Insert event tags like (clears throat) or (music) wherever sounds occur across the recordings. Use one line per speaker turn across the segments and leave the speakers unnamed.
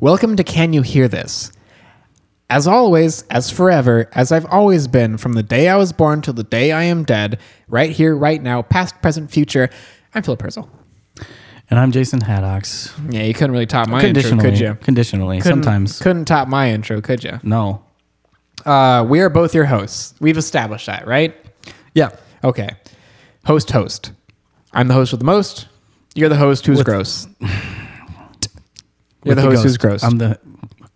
Welcome to Can You Hear This? As always, as forever, as I've always been, from the day I was born till the day I am dead, right here, right now, past, present, future, I'm Philip Herzl.
And I'm Jason Haddox.
Yeah, you couldn't really top my intro,
Conditionally.
could you?
Conditionally.
Couldn't-
sometimes.
Couldn't top my intro, could you?
no.
Uh, we are both your hosts. We've established that, right?
Yeah.
Okay. Host, host. I'm the host with the most. You're the host who's
With- (sighs)
gross. You're the, host who's gross.
I'm the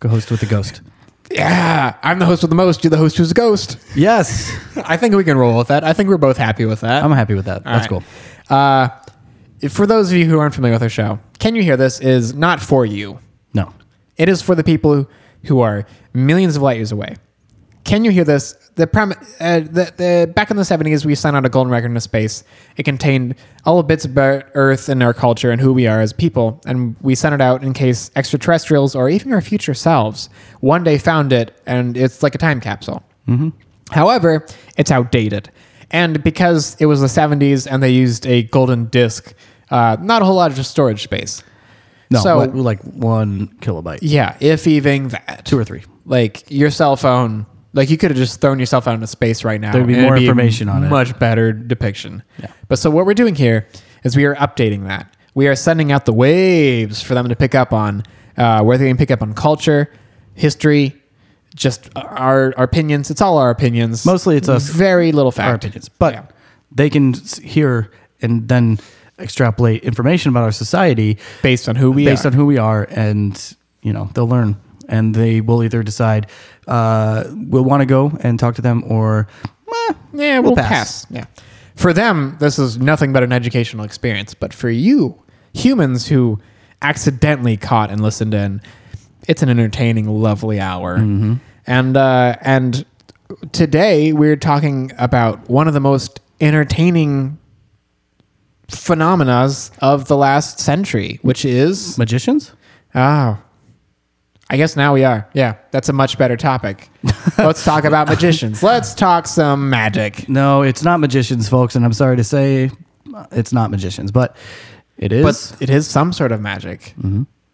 host with
(laughs)
the ghost.
yeah, I'm the host with the most. You're the host who's a ghost.
yes.
I think we can roll with that. I think we're both happy with that.
I'm happy with that.
All
That's
right.
cool.
Uh, for those of you who aren't familiar with our show, Can You Hear This is not for you.
No.
It is for the people who are millions of light years away. Can you hear this? The, prem- uh, the, the back in the seventies, we sent out a golden record into space. It contained all the bits about Earth and our culture and who we are as people, and we sent it out in case extraterrestrials or even our future selves one day found it, and it's like a time capsule. However, it's outdated. And because it was the 70s and they used a golden disk, uh, not a whole lot of storage space.
No.
So-
what- like one kilobyte.
Yeah, if even that.
Two or three.
Like your cell phone, like you could have just thrown your cell phone into space right now.
There'd be
and it'd
more
a
information on it.
Much better depiction.
Yeah.
But so what we're doing here is we are updating that. We are sending out the waves for them to pick up on, uh, where they can pick up on culture, history, just our, our opinions. It's all our opinions.
Mostly it's us-
Very little fact.
Our opinions. But
Yeah.
they can s- hear and then extrapolate information about our society
based on who we
based
are.
on who we are and you know they'll learn and they will either decide uh, we'll want to go and talk to them or eh,
yeah, we'll, pass. Yeah. For them, this is nothing but an educational experience. But for you, humans who accidentally caught and listened in, it's an entertaining, lovely hour. And uh, and today we're talking about one of the most entertaining phenomenas of the last century, which is
magicians
Oh. I guess now we are. Yeah, that's a much better (laughs) topic. Let's talk about magicians. Let's talk some magic.
no it's not magicians folks and i'm sorry to say it's not magicians but Mm-hmm. it is
But it is some sort of magic.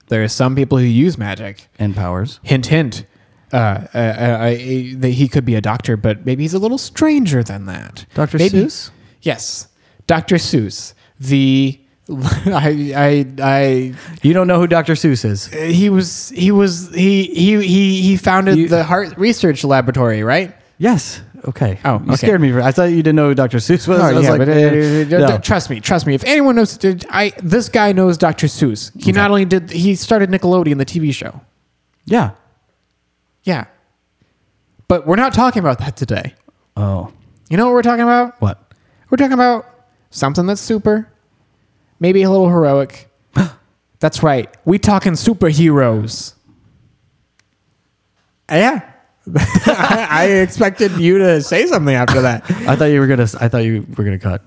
There are some people who use magic.
and powers
Hint, hint. Uh, uh, uh, uh, that he could be a doctor, but maybe he's a little stranger than that.
dr
Maybe-
seuss
Yes, Dr. Seuss. The (laughs) I I I
you don't know who dr seuss is
he was he was he he he he founded
You-
the heart research laboratory, right?
yes okay
Oh,
you
okay.
scared me for, i thought you didn't know who dr seuss was
Oh,
i was
yeah,
like
but, uh,
eh,
uh,
no.
trust me, trust me. If anyone knows, I this guy knows Dr. Seuss. He not only did he started Nickelodeon, the TV show.
yeah
Yeah, but we're not talking about that today.
oh
You know what we're talking about?
what
We're talking about something that's super, maybe a little (gasps) heroic. that's right. We talking superheroes. Uh, Yeah. (laughs) I expected you to say something after that.
i thought you were gonna s- i thought you were gonna cut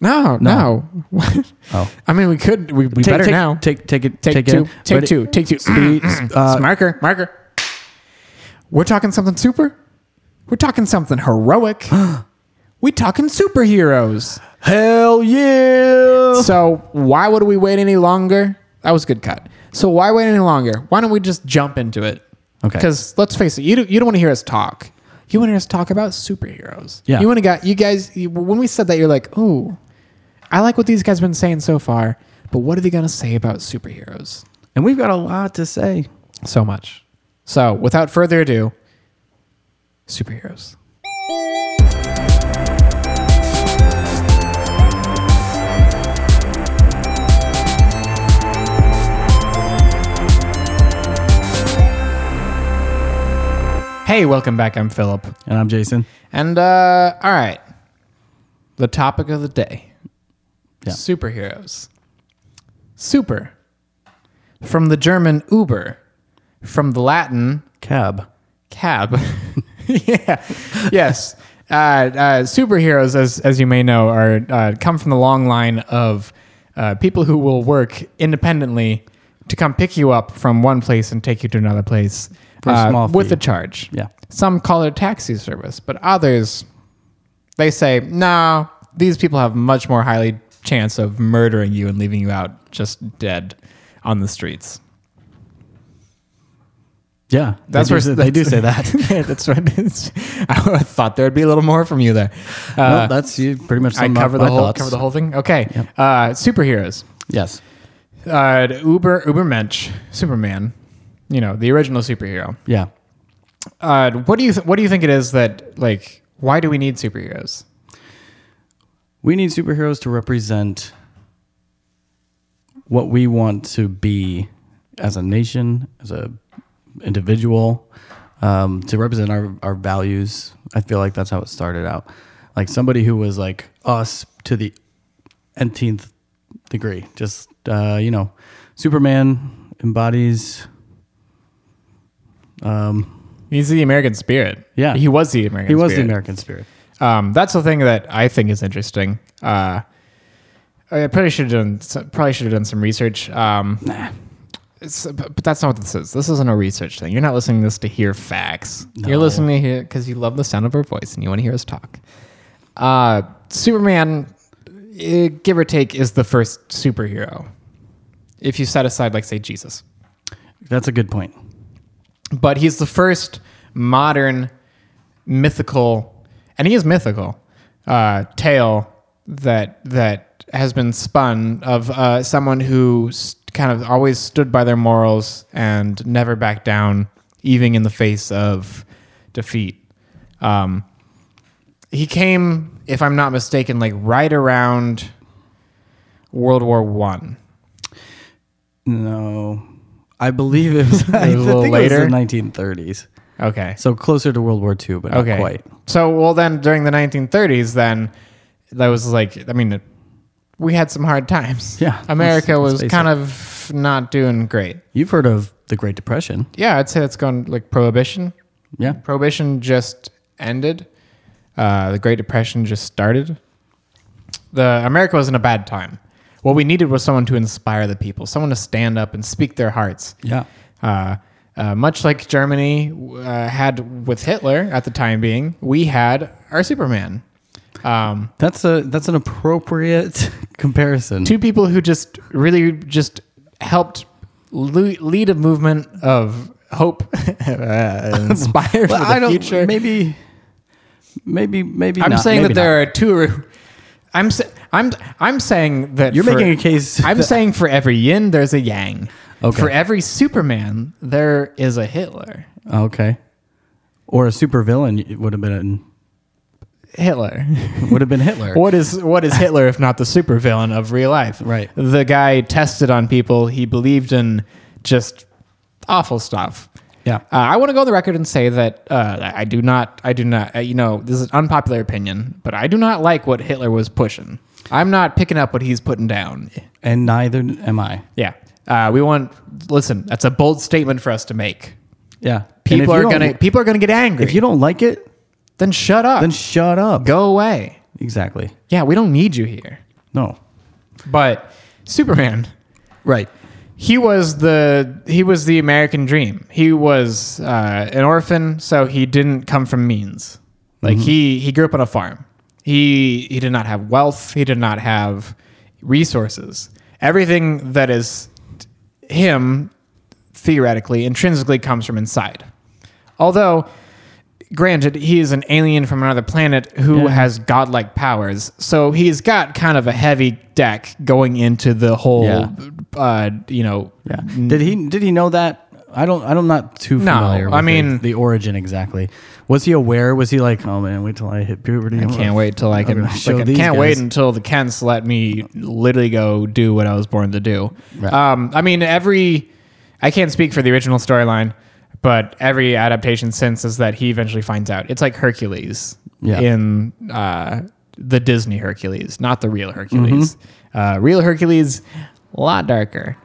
No, no. (laughs)
Oh.
I mean, we could. We, we better
take,
now.
Take take it.
Take,
it
two.
in.
take
But
two. Take two.
(clears throat) Speed, uh,
(clears throat) marker. Marker. We're talking something super. We're talking something heroic.
(gasps)
we talking
(laughs)
superheroes.
Hell yeah!
So why would we wait any longer? That was a good cut. So why wait any longer? Why don't we just jump into it?
Okay.
Because let's face it, you don't, you don't want to hear us talk. You want to hear us talk about superheroes.
Yeah.
You want to got you guys. You, when we said that, you're like, ooh, I like what these guys been saying so far. But what are they gonna say about superheroes?
And we've got a lot to say.
So much. So without further ado, superheroes. Hey, welcome back. I'm Philip.
And I'm Jason.
And uh all right. The topic of the day.
Yeah.
Superheroes. Super. From the German Uber, from the Latin
Cab.
cab. yeah. Yes. Uh, uh, superheroes, as as you may know, are uh, come from the long line of uh, people who will work independently to come pick you up from one place and take you to another place
For a
uh,
small
with
fee.
a charge.
Yeah.
Some call it a taxi service, but others they say, "No, these people have much more highly chance of murdering you and leaving you out just dead on the streets."
Yeah,
That's
they
where
do, say- they do say that.
that's right. (laughs) It's- I thought there would be a little more from you there. (laughs)
No,
Uh,
that's you pretty much.
I
summed up
cover
my
the whole
thoughts.
cover the whole thing. Okay, uh, superheroes.
Yes.
Uh, Uber Ubermensch, Superman. You know the original superhero.
Yeah.
Uh, what do you th- what do you think it is that like? Why do we need superheroes?
We need superheroes to represent what we want to be as a nation, as a individual, um, to represent our, our values. I feel like that's how it started out. Like somebody who was like us to the nth degree. Just uh, you know, Superman embodies. Um,
He's the American spirit.
Yeah.
he was the American.
he was the
spirit.
American spirit.
Um, that's the thing that I think is interesting. Uh, I probably should have done so- probably should have done some research. Um,
Nah.
it's, but but that's not what this is. This isn't a research thing. You're not listening to this to hear facts. You're
No.
listening to hear because you love the sound of our voice and you want to hear us talk. Uh, Superman, eh, give or take, is the first superhero. If you set aside, like, say, Jesus,
That's a good point.
but he's the first modern mythical and he is mythical uh, tale that that has been spun of uh, someone who s- kind of always stood by their morals and never backed down even in the face of defeat um, he came if i'm not mistaken like right around world war one
No, I believe it (laughs) was
A
I
little
think
later?
It was the 1930s,
okay
so closer to World War II, but not quite.
So, well, then during the 1930s, then that was like, I mean, we had some hard times.
Yeah,
America
let's- let's
was
face
kind of not doing great.
You've heard of the Great Depression,
Yeah, I'd say that's gone like prohibition.
yeah?
Prohibition just ended. Uh, the Great Depression just started. The America was in a bad time. What we needed was someone to inspire the people, someone to stand up and speak their hearts.
Yeah,
Uh, uh, much like Germany uh, had with Hitler at the time being, we had our Superman. Um,
that's a that's an appropriate (laughs) comparison.
two people who just really just helped le- lead a movement of hope, (laughs) uh,
(laughs)
inspire
Well,
for the
I don't
future.
maybe maybe maybe
I'm
not,
saying
maybe
that there are two. I'm sa- I'm I'm saying that
not. You're
for-
making a case.
(laughs) I'm
(laughs) that-
saying for every yin, there's a yang.
Okay.
For every Superman, there is a Hitler.
Oh, okay, or a supervillain would have been
Hitler. (laughs)
would have been Hitler.
What is what is Hitler if not the supervillain of real life?
Right.
The guy tested on people. He believed in just awful stuff.
yeah,
Uh, I want to go on the record and say that uh, I do not. I do not. Uh, you know, this is an unpopular opinion, but I do not like what Hitler was pushing. I'm not picking up what he's putting down.
and neither am I.
Yeah. Uh, we want. Listen, that's a bold statement for us to make.
Yeah, And if
People
you
are
don't-
gonna. People are gonna get angry.
If you don't like it,
then shut up.
then shut up.
go away.
Exactly.
Yeah, we don't need you here.
No.
But Superman.
Right.
he was the he was the American dream. He was uh, an orphan, so he didn't come from means. Like
Mm-hmm.
he he grew up on a farm. He he did not have wealth. He did not have resources. Everything that is him theoretically intrinsically comes from inside. Although granted he is an alien from another planet who
Yeah.
has godlike powers. So he's got kind of a heavy deck going into the whole
Yeah.
uh, you know,
Yeah. Did he did he know that? I don't I'm not too
No,
familiar with
I
the-
mean-
the, origin exactly. Was he aware? Was he like, "Oh man, wait till I hit puberty." I'm
can't
gonna-
wait till I
I'm
can.
gonna show
like, I
these
can't
guys."
wait until the Kents let me literally go do what I was born to do.
Right.
Um, I mean, every I can't speak for the original storyline, but every adaptation since is that he eventually finds out. It's like Hercules
Yeah.
in uh, the Disney Hercules, not the real Hercules. Uh, real Hercules, a lot darker,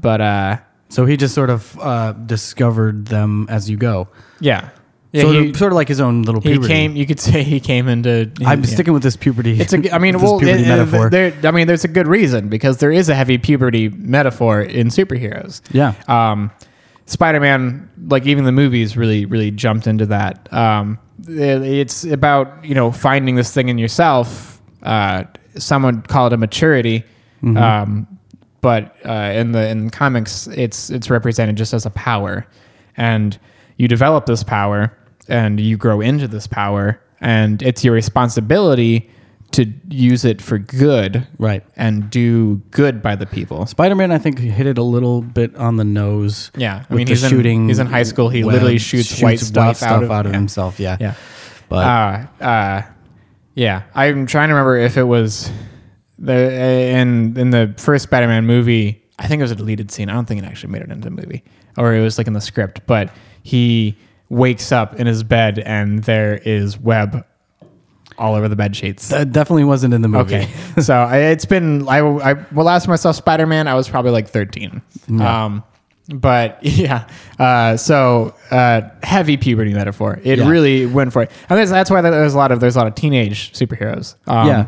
but uh,
So he just sort of uh, discovered them as you go.
yeah, yeah.
so
he,
sort of like his own little
he
puberty.
came. You could say he came into.
I'm
yeah.
sticking with this puberty.
It's a. I mean,
(laughs) this
well,
puberty
it- it-
metaphor.
there- I mean, there's a good reason because there is a heavy puberty metaphor in superheroes.
yeah.
Um, Spider-Man, like even the movies, really, really jumped into that. Um, it- it's about you know finding this thing in yourself. Uh, someone called it a maturity, um, but uh, in the in comics, it's it's represented just as a power, and you develop this power and you grow into this power and it's your responsibility to use it for good
Right.
and do good by the people.
Spider Man, I think, hit it a little bit on the nose.
Yeah, I
with
mean,
the
he's in-
shooting.
he's in high school, he literally shoots white stuff out of- yeah.
himself. Yeah,
Yeah.
But
Uh, uh, yeah, I'm trying to remember if it was the uh, in in the first Spider-Man movie. I think it was a deleted scene. I don't think it actually made it into the movie, or it was like in the script. But he wakes up in his bed, and there is web all over the bed sheets.
that definitely wasn't in the movie.
Uh, Okay, (laughs) so I, it's been I, I well last time I saw Spider Man I was probably like thirteen, um, but (laughs) yeah, uh, so uh, heavy puberty metaphor. It
Yeah.
really went for it, and that's, that's why there's a lot of there's a lot of teenage superheroes. Um,
yeah,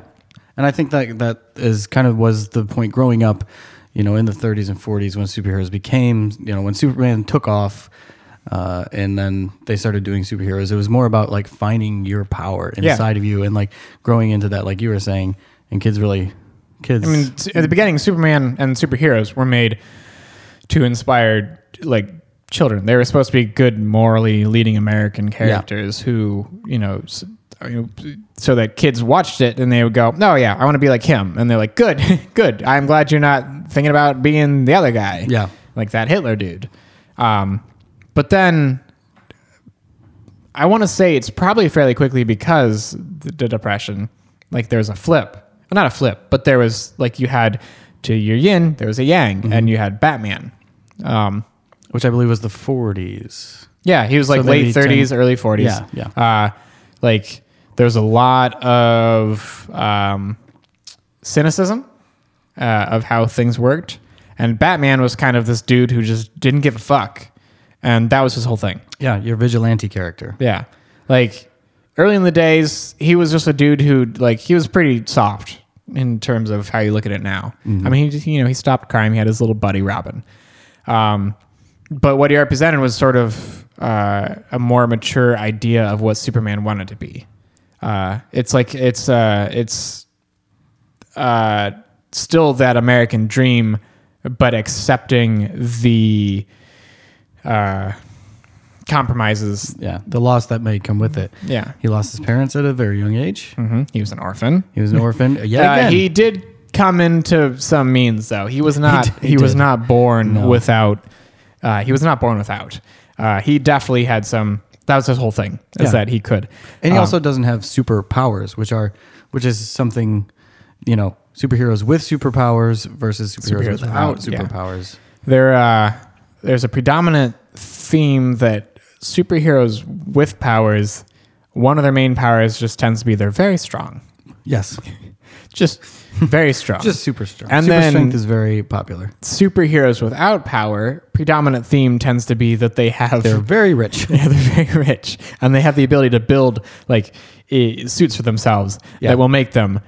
and I think that that is kind of was the point growing up. You know, in the 30s and 40s, when superheroes became, you know, when Superman took off, uh, and then they started doing superheroes, it was more about like finding your power
Yeah.
inside of you and like growing into that, like you were saying. And kids really, kids.
I mean, s- at the beginning, Superman and superheroes were made to inspire like children. They were supposed to be good, morally leading American characters who, you know, s- I mean, so that kids watched it and they would go, "No, yeah, I want to be like him." And they're like, "Good, (laughs) good. I'm glad you're not thinking about being the other guy."
Yeah.
like that Hitler dude. Um, but then I want to say it's probably fairly quickly because the, the depression, like there was a flip, well, not a flip, but there was like you had to your yin, there was a yang, and you had Batman. Um,
which I believe was the 40s.
yeah, he was like
maybe
late 30s,
10
early 40s.
Yeah,
Uh, like there was a lot of um, cynicism uh, of how things worked, and Batman was kind of this dude who just didn't give a fuck, and that was his whole thing.
Yeah, your vigilante character.
Yeah. Like early in the days, he was just a dude who like he was pretty soft in terms of how you look at it now. I mean, he just, you know, he stopped crime. He had his little buddy Robin. Um, but what he represented was sort of uh, a more mature idea of what Superman wanted to be. Uh, it's like it's uh, it's uh, still that American dream, but accepting the uh, compromises.
Yeah, the loss that may come with it.
Yeah,
He lost his parents at a very young age.
hmm He was an orphan.
Mm-hmm. He was an orphan.
(laughs)
Yeah,
Uh,
again.
he did come into some means, though. He was not.
did-
He,
he
was
did.
not born
No.
without. Uh, he was not born without. Uh, he definitely had some. That was his whole thing. Is
Yeah.
that he could.
and he
um,
also doesn't have superpowers, which are which is something, you know, superheroes with superpowers versus superheroes,
Superheroes
without,
without, yeah.
superpowers.
there uh, there's a predominant theme that superheroes with powers, one of their main powers just tends to be they're very strong,
Yes,
just very strong.
(laughs) just super strength.
And
super
then-
strength is very popular.
superheroes without power. Predominant theme tends to be that they have
They're very (laughs) rich.
(laughs) Yeah, they're very rich, and they have the ability to build like i suits for themselves
Yeah.
that will make them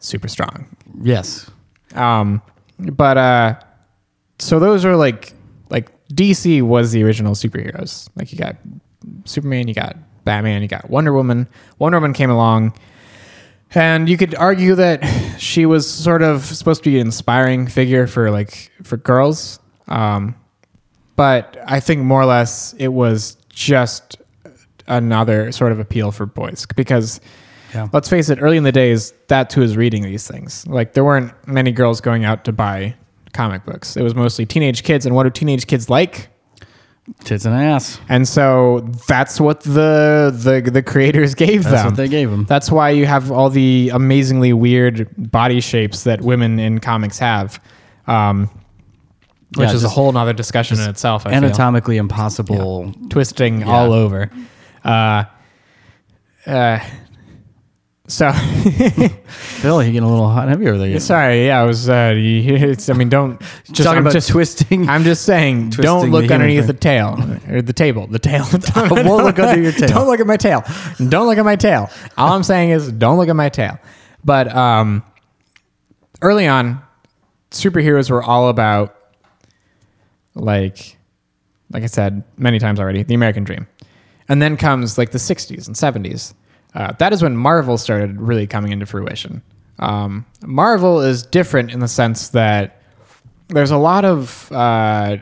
super strong.
yes,
Um, but uh, so those are like like DC was the original superheroes. Like you got Superman, you got Batman, you got Wonder Woman. Wonder Woman came along, and you could argue that she was sort of supposed to be an inspiring figure for like for girls. Um, but I think more or less it was just another sort of appeal for boys because
Yeah.
let's face it, early in the days, that's who was reading these things. Like there weren't many girls going out to buy comic books. It was mostly teenage kids, and what do teenage kids like?
tits and ass.
And so that's what the the, the creators (laughs) gave
That's
them.
what they gave him.
That's why you have all the amazingly weird body shapes that women in comics have, um, which
Yeah,
is a
just-
whole nother discussion in itself. I feel
Anatomically impossible.
twisting all over. (laughs) Uh, uh, so (laughs)
Phil, you getting a little hot and heavy over there.
sorry, yeah, I was. Uh, (laughs) you- it's, I mean, don't just,
Talking
I'm
about
just
twisting.
I'm just saying,
Twisting
don't
the
look
human
underneath
frame.
the tail or the table. The tail. (laughs)
(laughs)
Don't,
won't look under your
(laughs)
tail.
Don't look at my tail. Don't look at my tail. All I'm saying is, don't look at my tail. But um, early on, superheroes were all about like like I said many times already, the American dream. And then comes like the 60s and 70s. Uh, that is when Marvel started really coming into fruition. Um, Marvel is different in the sense that there's a lot of, uh,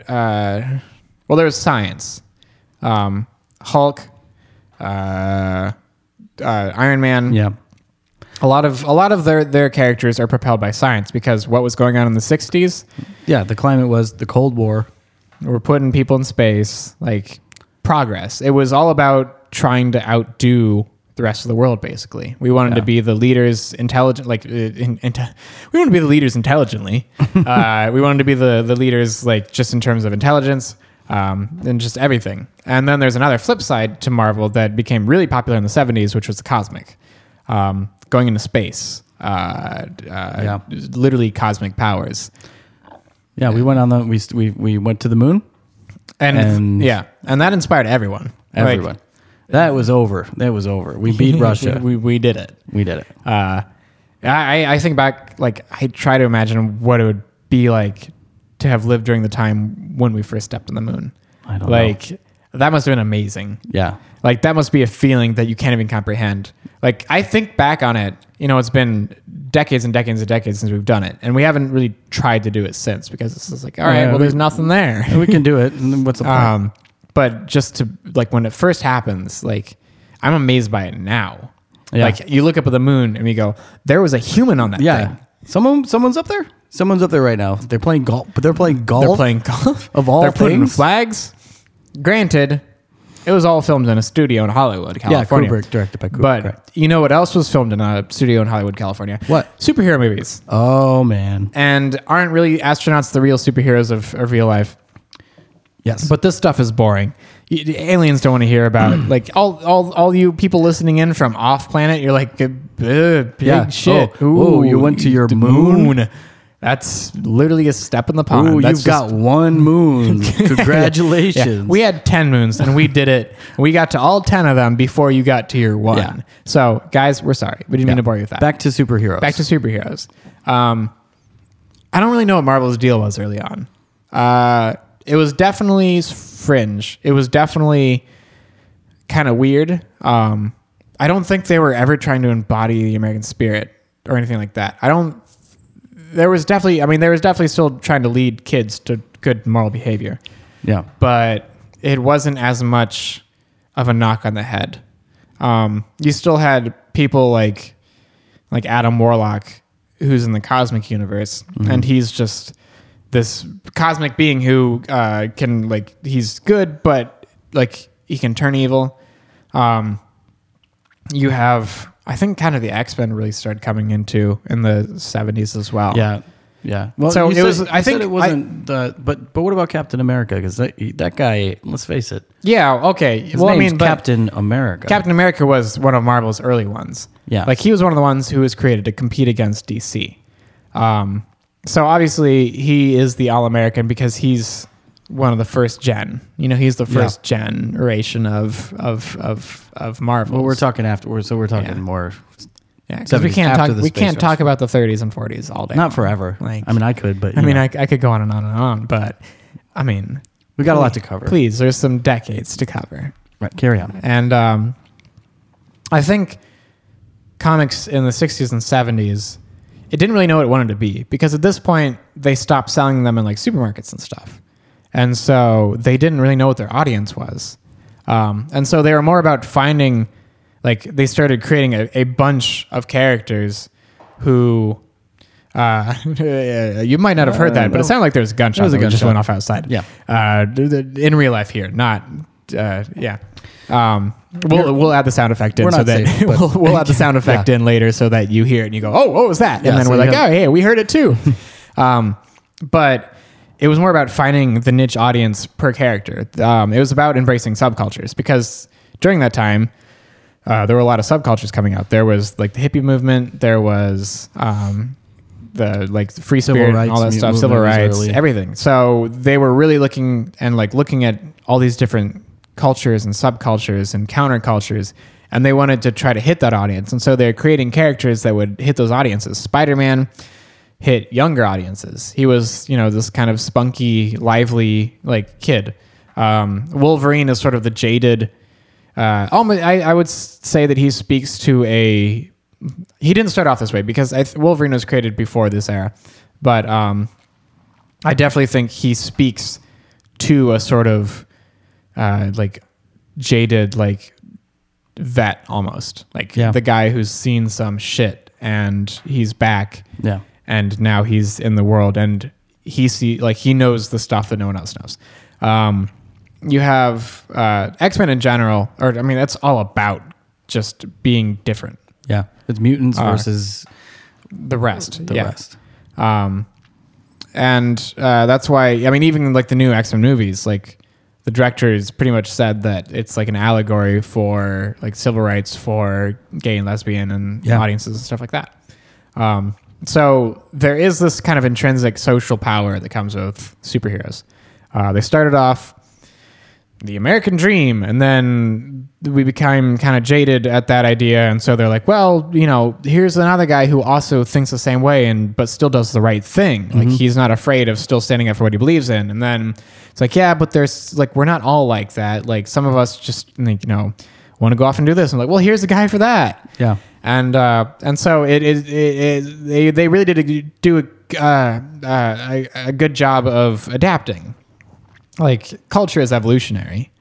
uh, well, there's science. um, Hulk, uh, uh, Iron Man.
(laughs) Yeah.
A lot of a lot of their their characters are propelled by science because what was going on in the '60s,
Yeah. The climate was the Cold War.
we're putting people in space, like progress. It was all about trying to outdo the rest of the world. Basically, we wanted to
Yeah.
be the leaders intelligent, like uh, in, inte- we wanted to be the leaders
(laughs)
intelligently. uh, we wanted to be the the leaders, like just in terms of intelligence um, and just everything. And then there's another flip side to Marvel that became really popular in the '70s, which was the cosmic, um, going into space. Uh, uh,
Yeah.
literally cosmic powers.
Yeah. We went on the, we, we, we went to the moon.
And,
And-
yeah, and that inspired everyone. Like,
Everyone. that was over. That was over. We beat Russia.
(laughs) we, we did it.
We did it.
Uh, I, I think back, like, I try to imagine what it would be like to have lived during the time when we first stepped on the moon.
I don't know.
like, that must have been amazing.
Yeah.
Like, that must be a feeling that you can't even comprehend. Like, I think back on it, you know, it's been decades and decades and decades since we've done it. And we haven't really tried to do it since because it's just like, all right,
Yeah,
well,
we-
there's nothing there.
we can do it. And then what's the point?
Um, but just to like when it first happens, like I'm amazed by it now.
Yeah.
Like you look up at the moon and we go, there was a human on that
yeah.
thing.
Someone, someone's up there. Someone's up there right now. They're playing golf, but they're playing golf.
They're playing golf
(laughs) Of all
They're putting
things?
flags. Granted, it was all filmed in a studio in Hollywood,
yeah.
California.
Kubrick directed by Kubrick.
But
right.
you know what else was filmed in a studio in Hollywood, California?
What?
superhero movies?
oh man.
And aren't really astronauts the real superheroes of, of real life?
Yes.
But this stuff is boring. Y- the Aliens don't want to hear about
(clears throat)
it. Like all, all, all you people listening in from off planet, you're like, "Ugh, big shit.
Oh, oh, you went to your
the
moon?
That's literally a step in the pond.
Ooh,
That's
you've got
just-
one moon.
(laughs) Yeah.
Congratulations.
We had ten moons, and we did it. We got to all ten of them before you got to your one.
Yeah.
So, guys, we're sorry. We didn't mean to bore you with that.
Back to superheroes.
Back to superheroes. Um, I don't really know what Marvel's deal was early on. Uh, it was definitely fringe. It was definitely kind of weird. Um, I don't think they were ever trying to embody the American spirit or anything like that. I don't. There was definitely. I mean, there was definitely still trying to lead kids to good moral behavior,
yeah.
but it wasn't as much of a knock on the head. Um, you still had people like like Adam Warlock, who's in the cosmic universe,
Mm-hmm.
and he's just this cosmic being who uh, can like he's good, but like he can turn evil. Um, you have, I think, kind of the X Men really started coming into in the seventies as well.
Yeah. Yeah. Well,
So
you
it
said-
was-
you
I
said
think I-
it wasn't. uh, but but what about Captain America? Because that that guy, let's face it,
yeah. Okay.
his
well, I
name's
mean, but-
Captain America.
Captain America was one of Marvel's early ones.
Yeah.
Like he was one of the ones who was created to compete against DC. Um, so obviously he is the all American because he's one of the first gen. You know, he's the
Yeah.
first generation of of of of Marvel.
well, we're talking afterwards, so we're talking
Yeah.
more.
yeah, 'cause we
70s,
can't
after
talk
the
we
space
can't
race.
talk about the 30s and 40s all day.
Not forever.
Like-
I mean, I could, but
I
you
mean,
know,
I, I could go on and on and on, but I mean,
we got a lot to cover.
please, there's some decades to cover.
Right, carry on.
And um, I think comics in the 60s and 70s, it didn't really know what it wanted to be because at this point, they stopped selling them in like supermarkets and stuff. And so they didn't really know what their audience was. Um, and so they were more about finding, like, they started creating a, a bunch of characters who. Uh, (laughs) you might not have heard
Uh,
that, but
no.
it sounded like there was a gunshot.
There was a
that just
gunshot.
went off outside.
Yeah.
Uh, th- th- in real life here, not uh, yeah. Um, we'll
You're-
we'll add the sound effect in
We're
so
not
that (laughs)
safe, but-
we'll, we'll add the sound effect
Yeah.
in later so that you hear it and you go, oh, what was that?
Yeah,
and then
so
we're
you
like,
have-
oh, hey, we heard it
(laughs)
too. um, but it was more about finding the niche audience per character. Um, it was about embracing subcultures because during that time. Uh, there were a lot of subcultures coming out. There was like the hippie movement. There was um, the like free
Civil
spirit, and
rights
all that
mu-
stuff, civil
movement was
rights,
early.
everything. So they were really looking and like looking at all these different cultures and subcultures and countercultures, and they wanted to try to hit that audience. And so they're creating characters that would hit those audiences. Spider Man hit younger audiences. He was, you know, this kind of spunky, lively like kid. Um, Wolverine is sort of the jaded. Uh, almost, I, I would s- say that he speaks to a he didn't start off this way because I th- Wolverine was created before this era, but um, I definitely think he speaks to a sort of uh, like jaded like vet almost like
Yeah.
the guy who's seen some shit and he's back
Yeah.
and now he's in the world and he see like he knows the stuff that no one else knows um you have uh x-men in general or i mean that's all about just being different
Yeah. It's mutants
Are.
versus
the rest
the
yeah.
rest.
Um, and uh, that's why I mean, even like the new X Men movies, like the directors pretty much said that it's like an allegory for like civil rights for gay and lesbian and
Yeah.
audiences and stuff like that. Um, so there is this kind of intrinsic social power that comes with superheroes. Uh, they started off the American dream, and then we became kind of jaded at that idea, and so they're like, well, you know, here's another guy who also thinks the same way, and but still does the right thing. Like he's not afraid of still standing up for what he believes in. And then it's like, yeah, but there's like we're not all like that. Like some of us just like you know want to go off and do this. And like, well, here's the guy for that
Yeah.
and uh, and so it is it, it, they they really did a, do a, uh, uh, a a good job of adapting. Like culture is evolutionary,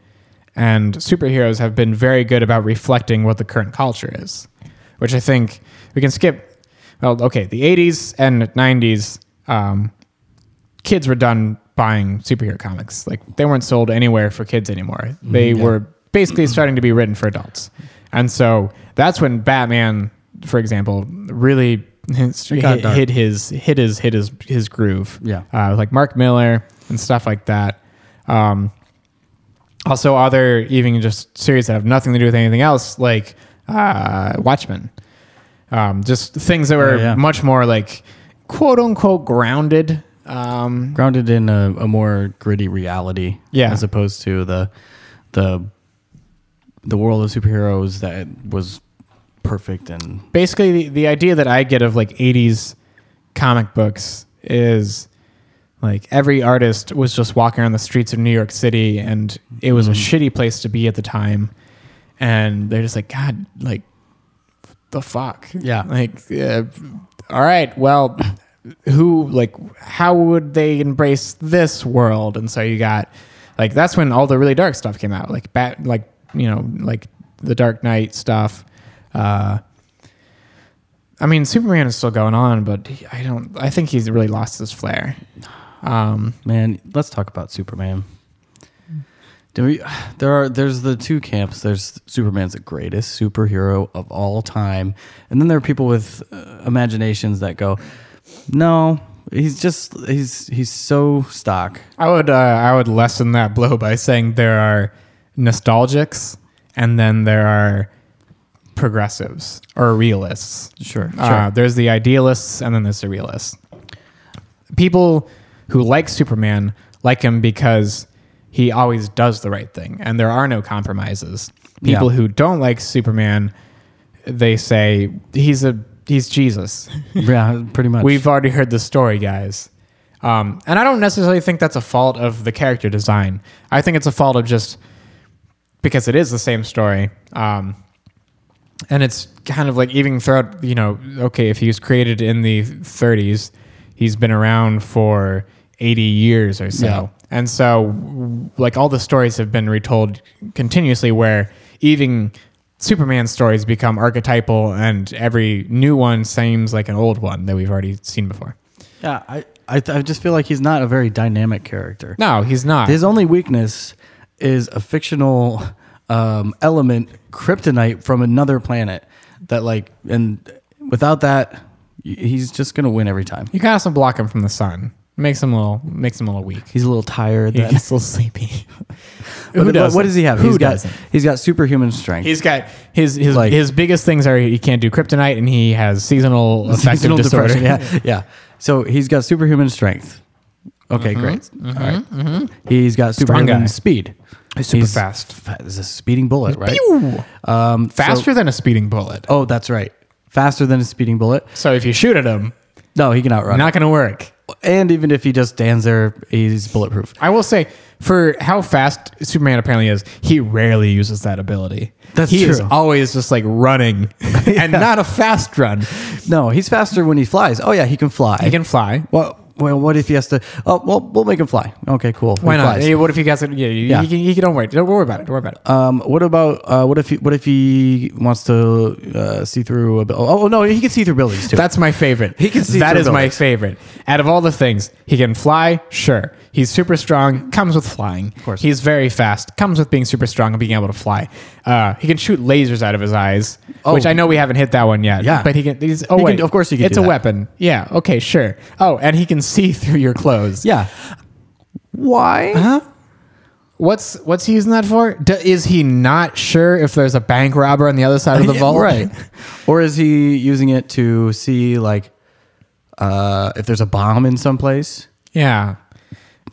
and superheroes have been very good about reflecting what the current culture is, which I think we can skip. Well, okay, the '80s and '90s, um, kids were done buying superhero comics. Like they weren't sold anywhere for kids anymore.
Mm-hmm.
They were basically starting to be written for adults. And so that's when Batman, for example, really hit,
got dark.
hit his hit his hit his his groove.
Yeah.
Uh, like Mark Miller and stuff like that. Um, also, other even just series that have nothing to do with anything else, like uh, Watchmen. Um, just things that were
yeah.
much more like quote unquote grounded. Um,
Grounded in a, a more gritty reality.
Yeah.
As opposed to the the the world of superheroes that was perfect and
basically, the, the idea that I get of like 80s comic books is like every artist was just walking around the streets of New York City and it was a shitty place to be at the time. And they're just like, God, like, the fuck?
Yeah.
Like, uh, all right, well, who, like, how would they embrace this world? And so you got, like, that's when all the really dark stuff came out, like, bat, like, you know, like the Dark Knight stuff. Uh, I mean, Superman is still going on, but he- I don't, I think he's really lost his flair. Um,
Man, let's talk about Superman. Do we, there are there's the two camps. There's Superman's the greatest superhero of all time, and then there are people with uh, imaginations that go, "No, he's just he's he's so stock."
I would uh, I would lessen that blow by saying there are nostalgics and then there are progressives or realists.
Sure,
Uh, there's the idealists and then there's the realists. People who like Superman like him because he always does the right thing and there are no compromises. People
Yeah.
who don't like Superman, they say he's a he's Jesus.
(laughs) yeah, pretty much.
We've already heard the story, guys. Um, and I don't necessarily think that's a fault of the character design. I think it's a fault of just because it is the same story. Um, and it's kind of like even throughout, you know, okay, if he was created in the 30s, he's been around for 80 years or so.
Yeah.
And so, w- like, all the stories have been retold continuously where even Superman stories become archetypal and every new one seems like an old one that we've already seen before.
yeah, I I, I just feel like he's not a very dynamic character.
No, he's not.
His only weakness is a fictional um, element, kryptonite from another planet. That like, and without that, y- he's just gonna win every time.
you can also block him from the sun. Makes him a little, makes him a little weak.
He's a little tired.
He
Then.
gets a little
(laughs)
sleepy.
But
(laughs) Who
what-
doesn't?
What does he have?
Who
he's got
doesn't?
he's got superhuman strength. (laughs)
He's got his his
Like-
his biggest things are he can't do kryptonite and he has seasonal affective
(laughs) Seasonal
disorder.
depression, Yeah, yeah. So he's got superhuman strength. Okay,
Mm-hmm,
great. All right. He's got
Strong mm-hmm. guy.
superhuman speed.
He's super fast.
fa- This is a speeding bullet, right?
(laughs) Pew!
Um, so-
Faster than a speeding bullet.
oh, that's right. Faster than a speeding bullet.
So if you shoot at him,
No, he can outrun.
not going to work.
and even if he just stands there, he's bulletproof.
I will say, for how fast Superman apparently is, he rarely uses that ability.
That's
he is
true.
always just like
(laughs)
running, and not a fast run.
No, he's faster when he flies. Oh yeah, he can fly.
He can fly.
Well, well, what if he has to? Oh, well, we'll make him fly. Okay, cool. He
Why not?
flies.
Hey, what if he gets it? Yeah, you-
Yeah.
He, can, he can. Don't worry. Don't worry about it. Don't worry about it.
Um, what about uh, what if he, what if he wants to uh, see through a bu- oh, oh no he can see through buildings too
That's my favorite.
He can see
That
through
is my
buildings.
favorite. Out of all the things, he can fly. Sure, he's super strong. Comes with flying. Of
course.
he's very fast. Comes with being super strong and being able to fly. Uh, he can shoot lasers out of his eyes,
Oh.
which I know we haven't hit that one yet.
Yeah.
but he can. He's, oh
He can-
wait,
of course he can
It's
do
a
that.
weapon. Yeah. Okay. Sure. Oh, and he can see (laughs) through your clothes.
yeah why
Huh? What's what's he using that for? D- is he not sure if there's a bank robber on the other side of the
(laughs) Yeah,
vault? (laughs)
right or is he using it to see like uh, if there's a bomb in some place
Yeah.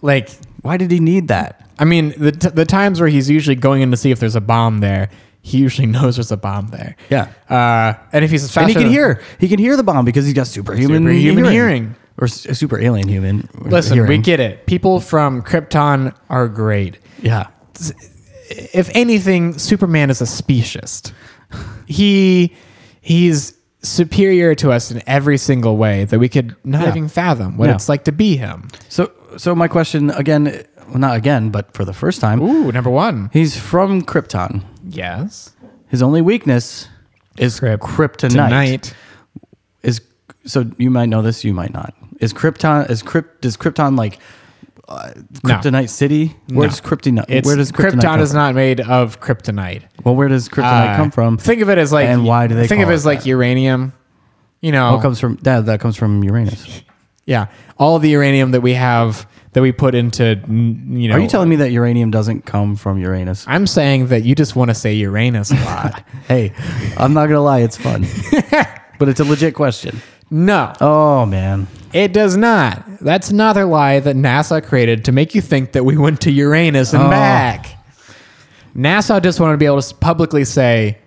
Like
why did he need that
I mean, the t- the times where he's usually going in to see if there's a bomb there, he usually (laughs) knows there's a bomb there.
Yeah.
Uh, and if he's faster
and he can
than-
hear he can hear the bomb because he's got superhuman
Superhuman hearing.
or s- super alien human
Listen, we
hearing.
get it. People from Krypton are great.
yeah
If anything, Superman is a speciest. He he's superior to us in every single way that we could not
Yeah.
even fathom what
Yeah.
it's like to be him.
so so my question again well, not again but for the first time
Ooh, number one.
he's from Krypton.
Yes.
His only weakness is
Kryp-
kryptonite.
Tonight.
Is so you might know this, you might not. Is Krypton is Krypt does Krypton like uh,
No.
Kryptonite City? Where does Kryptonite?
It's,
where does Kryptonite
Krypton
come
is
from?
not made of kryptonite.
Well, where does Kryptonite
Uh,
come from?
Think of it as like
and why do they
think
call
of it
it
as like
that?
uranium? You
All
know,
comes from that. That comes from Uranus.
yeah, all the uranium that we have that we put into n- you know.
Are you telling me that uranium doesn't come from Uranus?
I'm saying that you just want to say Uranus a lot.
(laughs) Hey, I'm not gonna lie, it's (laughs) fun, but it's a legit question.
no,
Oh man,
it does not. That's another lie that NASA created to make you think that we went to Uranus and
Oh.
back. NASA just wanted to be able to s- publicly say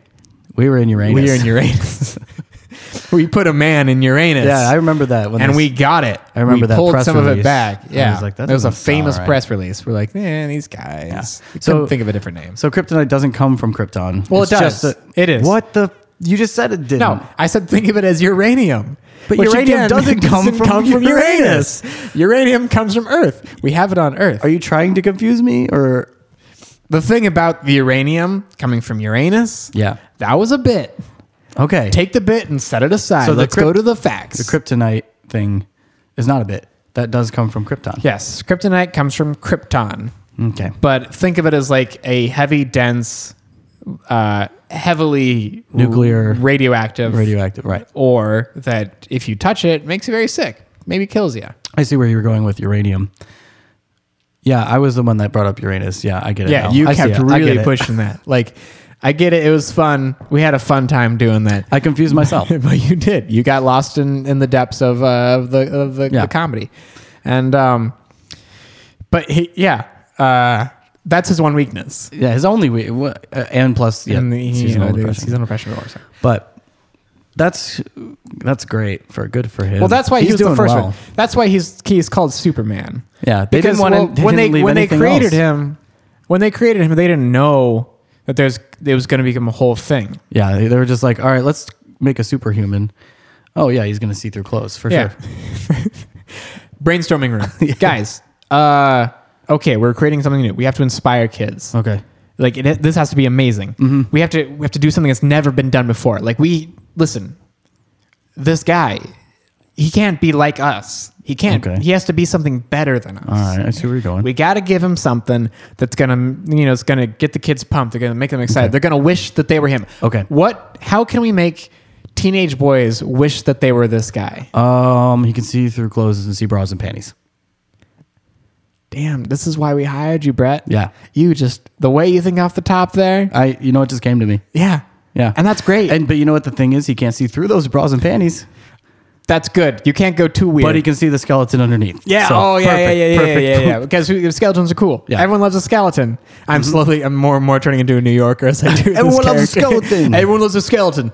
we were in Uranus.
we are in Uranus. (laughs) we put a man in Uranus.
Yeah, I remember that. When
and
this-
we got it.
I remember
we
that
pulled
press
some of it
release.
back.
I
Yeah,
was like, that
it was a
doesn't sound
famous
right.
press release. We're like, man, these guys.
Yeah.
We
So-
couldn't think of a different name.
So kryptonite doesn't come from Krypton.
Well, it does. It is.
What the? You just said it didn't.
no, I said think of it as uranium.
But
Which, (laughs)
uranium doesn't come from Uranus.
Uranium comes from Earth. We have it on Earth.
Are you trying to confuse me or?
the thing about the uranium coming from Uranus,
Yeah.
that was a bit.
Okay.
Take the bit and set it aside.
So the
Let's
crypt-
go to the facts.
the kryptonite thing is not a bit. That does come from Krypton.
yes, kryptonite comes from Krypton.
Okay.
but think of it as like a heavy, dense, uh, heavily
Nuclear-
radioactive,
Radioactive. Right.
or that if you touch it, makes you very sick, maybe kills you.
I see where you were going with uranium. Yeah, I was the one that brought up Uranus. Yeah, I get it.
Yeah,
now.
you
I see
kept
it. I get
really
it.
pushing that. Like, I get it. It was fun. We had a fun time doing that.
I confused myself.
(laughs) but you did. You got lost in, in the depths of, uh, of the of the,
Yeah.
the comedy, and um, but he, yeah, uh, that's his one weakness.
yeah, his only we- wha- uh, and plus yeah,
And he, you
seasonal
know, the
depression.
seasonal depression disorder.
But that's that's great for good for him.
Well, that's why he
He's
was the
doing
first
well.
one. That's why he's he's called Superman.
Yeah, they
because
didn't want to-
well,
they
when
didn't
they
leave
when they
anything
created
else.
him, when they created him, they didn't know that there's it was going to become a whole thing.
Yeah, they, they were just like, all right, let's make a superhuman. Oh yeah, he's gonna see through clothes for
Yeah. (laughs)
sure.
Brainstorming
(laughs)
room, guys. Uh, okay, we're creating something new. We have to inspire kids.
Okay.
Like it, this has to be amazing.
Mm-hmm.
We have to we have to do something that's never been done before. Like we listen, this guy, he can't be like us. He can't.
Okay.
He has to be something better than us.
All right, I see where you're going.
We got to give him something that's gonna, you know, it's gonna get the kids pumped. They're gonna make them excited. They're gonna wish that they were him.
Okay.
What? How can we make teenage boys wish that they were this guy?
um, he can see through clothes and see bras and panties.
Damn, this is why we hired you, Brett.
Yeah.
You just the way you think off the top there.
I, you know, it just came to me.
Yeah.
Yeah,
And that's great. And
And but you know what the thing is, he can't see through those bras and panties,
that's good. You can't go too weird.
but he can see the skeleton underneath.
yeah.
So,
oh, yeah,
perfect,
yeah, yeah, yeah,
perfect.
yeah, yeah, yeah. Because we- skeletons are cool.
Yeah. Mm-hmm.
Everyone loves a skeleton. I'm slowly, I'm more and more turning into a New Yorker as I do. this
Everyone loves a
character. (laughs)
skeleton.
everyone loves a skeleton.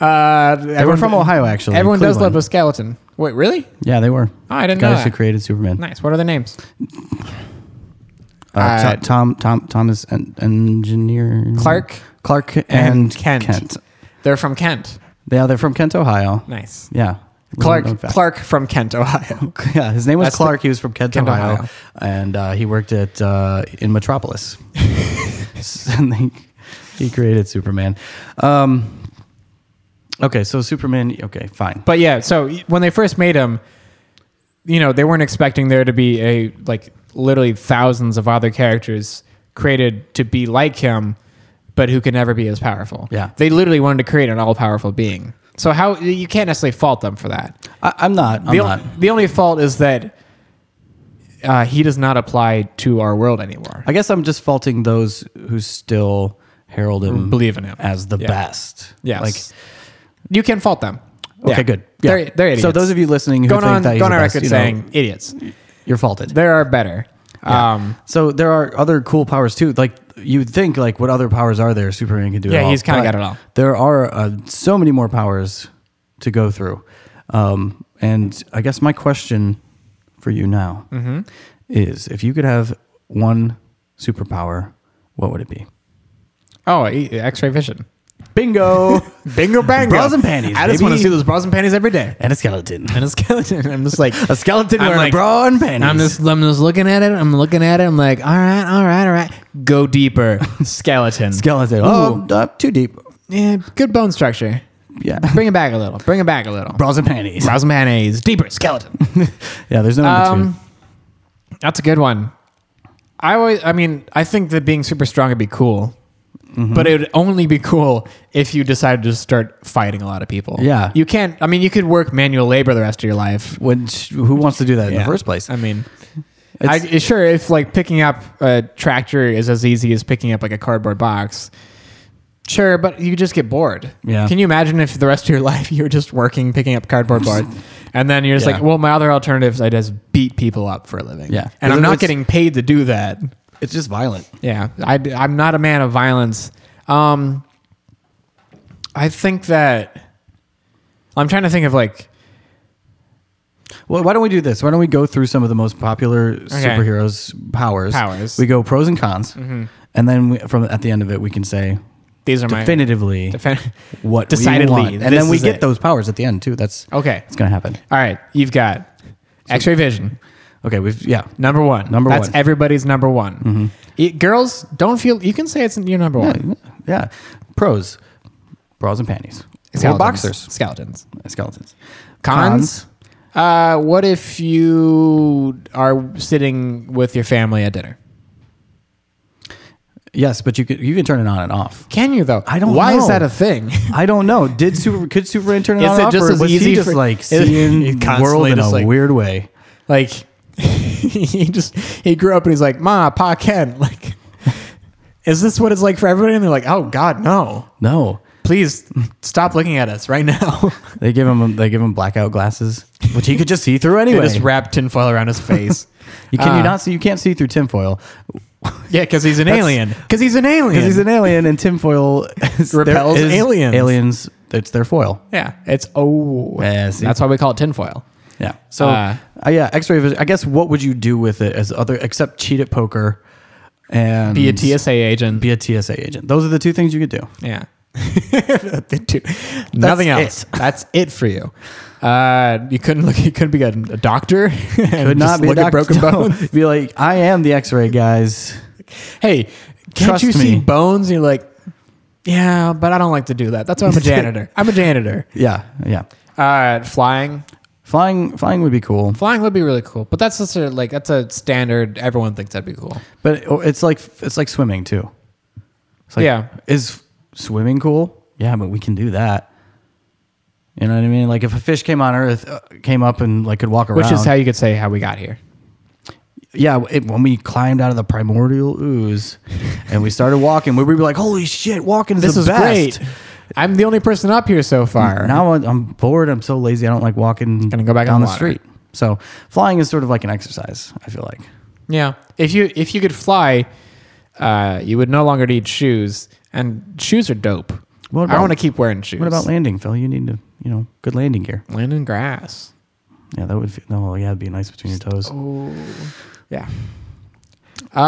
Uh, everyone
from Ohio, actually,
Everyone does
Cleveland.
love a skeleton. Wait, really?
Yeah, they were.
Oh, I didn't know
Guys
that.
who created Superman.
Nice. What are the names?
Uh,
Uh,
To- Tom, Tom, Thomas, and engineer
Clark.
Clark, and,
Kent.
Kent.
They're from Kent.
Yeah, they're from Kent, Ohio.
Nice.
Yeah,
Clark
known fact.
Clark from Kent, Ohio.
(laughs) Yeah, his name was
That's the-
Clark. he was from Kent,
Kent,
Ohio,
Ohio.
and uh, he worked at uh,
(laughs)
in Metropolis, and he, he created Superman. Um, okay, so Superman. Okay, fine.
But yeah, so when they first made him, you know, they weren't expecting there to be a like literally thousands of other characters created to be like him, but who could never be as powerful.
Yeah.
They literally wanted to create an all powerful being. So how you can't necessarily fault them for that.
I, I'm not. I'm
The,
not.
on- the only fault is that uh, he does not apply to our world anymore.
I guess I'm just faulting those who still herald him,
Mm-hmm. Believe in him.
as the
Yeah.
best.
Yes.
Like
you can fault them.
okay,
Yeah.
good.
They're, they're idiots.
So those of you listening who
going
think
on,
that he's
going on
the best,
record
you know,
saying idiots.
you're faulted.
There are better. Um,
So there are other cool powers too. Like you'd think, like what other powers are there? Superman can do.
Yeah,
it all,
he's kinda
but
got it all.
There are uh, so many more powers to go through, um, and I guess my question for you now
Mm-hmm.
is: if you could have one superpower, what would it be?
oh, e- X-ray vision. (laughs)
Bingo!
Bingo bango.
Bras and panties,
I just
baby.
want to see those bras and panties every day.
and a skeleton.
And a skeleton. (laughs) I'm just like
A skeleton
I'm
wearing
like-
a bra and panties.
I'm just I'm just looking at it. I'm looking at it. I'm like, all right, all right, all right. Go
(laughs)
deeper. Skeleton.
skeleton.
Oh,
Oh, uh, too deep.
yeah, good bone structure.
Yeah. (laughs)
Bring it back a little. Bring it back a little.
Bras and panties.
Bras and panties. Deeper skeleton.
yeah, there's no in between.
Um, that's a good one. I always, I mean, I think that being super strong would be cool, but it would only be cool if you decided to start fighting a lot of people.
Yeah.
you can't. I mean, you could work manual labor the rest of your life
When who wants to do that in the
Yeah.
first place?
I mean, I,
It's-
sure, if like picking up a tractor is as easy as picking up like a cardboard box. Sure, but you just get bored.
Yeah.
Can you imagine if the rest of your (laughs) life you were just working, picking up
(laughs)
cardboard board, and then you're just
Yeah.
like, well, my other alternatives, I just beat people up for a living.
Yeah.
And I'm
Because
not
it's-
getting paid to do that.
It's just violent.
Yeah. I, am not a man of violence. Um, I think that I'm trying to think of like,
Well, why don't we do this? Why don't we go through some of the most popular superheroes' powers?
Powers. Mm-hmm.
We go pros and cons, and then we, from at the end of it, we can say
these are my.
definitively
defin-
what
Decidedly,
we want. and
this
then we
is
get
it. Oh.
those powers at the end too. That's
(laughs) okay.
It's gonna happen.
All right. You've got x ray vision.
Okay, we've yeah.
Number one.
Number
That's
one. Mm-hmm.
everybody's number one. It- girls, don't feel. You can say it's your number one.
Yeah, yeah. Pros, bras and panties, or
Skeletons.
boxers,
Skeletons.
skeletons.
Cons. Uh, what if you are sitting with your family at dinner?
Yes, but you could you can turn it on and off.
Can you though?
I don't
Why is
know.
that a
(laughs)
thing?
I don't know. Did super could Superman turn it
Is
on
it
and off,
just
or
as
was
easy
he just
for-
like
is- (laughs)
seeing the world
constantly
in a
just, like-
weird way?
like (laughs) he just he grew up and he's like, Ma, Pa, Ken. (laughs) Like, is this what it's like for everybody? And they're like, Oh God, no!
No,
Please stop looking at us right now. (laughs)
They give him they give him blackout glasses, which he could just see through
they
anyway.
just wrap tinfoil around his face.
you can
uh,
you not see you can't see through tinfoil
(laughs) Yeah, because he's an
That's-
alien. Because he's an alien.
because he's an alien
(laughs)
and tinfoil is- there
Repels
is
aliens.
Aliens, it's their foil.
yeah, it's oh.
Yeah, see?
That's why we call it tinfoil.
Yeah. So
Uh,
uh, yeah, X-ray vision. I guess what would you do with it as other except cheat at poker and
Be a TSA agent.
be a TSA agent? Those are the two things you could do.
(laughs) yeah. Dude, Nothing else.
it.
That's it for you. Uh, you couldn't look. You couldn't be a, a doctor. (laughs)
Could not be a
look at
doctor.
broken
No.
bones.
(laughs) Be like, I am the X-ray guys.
(laughs) Hey, can't
Trust
you see
me.
bones? And you're like, yeah, but I don't like to do that. That's why (laughs) I'm a janitor. I'm a janitor.
Yeah, yeah.
Uh, flying.
Flying, flying would be cool.
Flying would be really cool, but that's just a, like that's a standard. Everyone thinks that'd be cool.
But it- it's like it's like swimming too. It's like,
Yeah.
is swimming cool? Yeah, but we can do that. You know what I mean? Like if a fish came on Earth, uh, came up and like could walk around,
Which is how you could say how we got here.
yeah, it, when we climbed out of the primordial ooze and we started walking, we were like, holy shit, walking is
This
the
is
best. Mm,
great. I'm the only person up here so far.
Now I'm- I'm bored. I'm so lazy. I don't like walking.
Gonna go back
down
in
the
the water.
street. So flying is sort of like an exercise. I feel like.
Yeah. If you if you could fly, uh, you would no longer need shoes, and shoes are dope.
What
I
about-
want to keep wearing shoes.
What about landing, Phil? You need to, you know, good landing gear.
land and grass?
Yeah, that would. Feel, no, yeah, it'd be nice between your toes.
Yeah.
Um,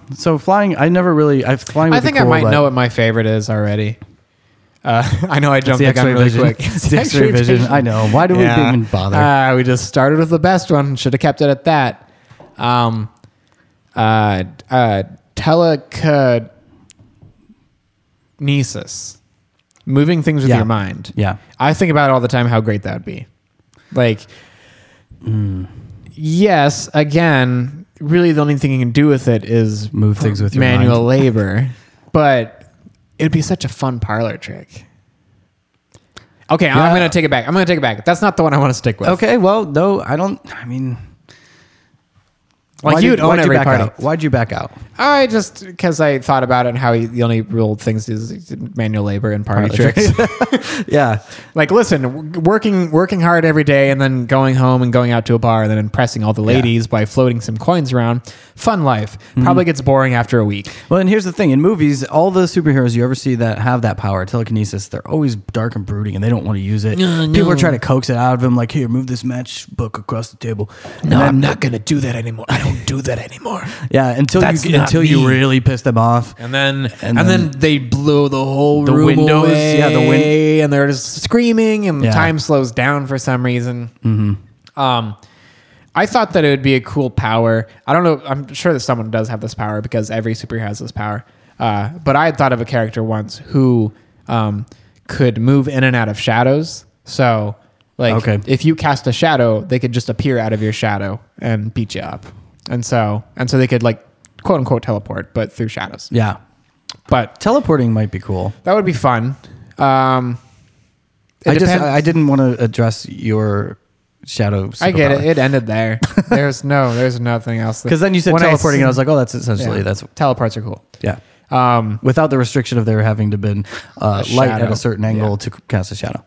Um,
so flying, um, I never really. I flying. Would
I think I might know what my favorite is already. Uh, (laughs) I know I jumped
the
the gun
X-ray
really
vision.
quick. (laughs)
It's the X-ray vision. I know. Why do we even bother?
Uh, we just started with the best one. Should have kept it at that. Um, uh, uh, telekinesis, moving things with
Yeah.
your mind.
Yeah.
I think about it all the time how great that would be. Like, yes, again, really the only thing you can do with it is
Move things with your
manual labor, (laughs) but it'd be such a fun parlor trick. Okay, I'm
Yeah.
going to take it back. I'm going to take it back. That's not the one I want to stick with.
Okay. Well, no, I don't. I mean,
Like,
why'd
you'd own
why'd
every
back
party.
out? Why'd you back out?
I just, because I thought about it and how the only real things is manual labor and parlor
Parlor
tricks.
(laughs) Yeah.
like listen w- working working hard every day and then going home and going out to a bar and then impressing all the ladies by floating some coins around fun life probably gets boring after a week
Well, and here's the thing: in movies, all the superheroes you ever see that have that power, telekinesis, they're always dark and brooding, and they don't want to use it. People are trying to coax it out of them, like, "Here, move this matchbook across the table." And then-
not going to do that anymore i don't do that anymore
(laughs) yeah, until
That's
you
not
until you
me.
really piss them off.
and then
And
and,
then-
then, they blow the whole
The
room
windows,
away,
yeah, the win-
and they're just screaming and
Yeah. Mm-hmm.
the time slows down for some reason um I thought that it would be a cool power. I don't know. I'm sure that someone does have this power because every superhero has this power. Uh, but I had thought of a character once who um, could move in and out of shadows. So, like,
Okay.
if you cast a shadow, they could just appear out of your shadow and beat you up. And so, and so they could like quote unquote teleport, but through shadows.
Yeah,
But
teleporting might be cool.
that would be fun. Um, it
I just
depends-
I, I didn't want to address your shadow.
I get it. It ended
(laughs)
there. There's no, there's nothing else.
Because then you said
When
teleporting,
s-
and I was like, "Oh, that's essentially
Yeah.
that's
teleports are cool.
yeah."
Um,
Without the restriction of there having to been uh,
A
light at
shadow.
a certain angle to cast a shadow,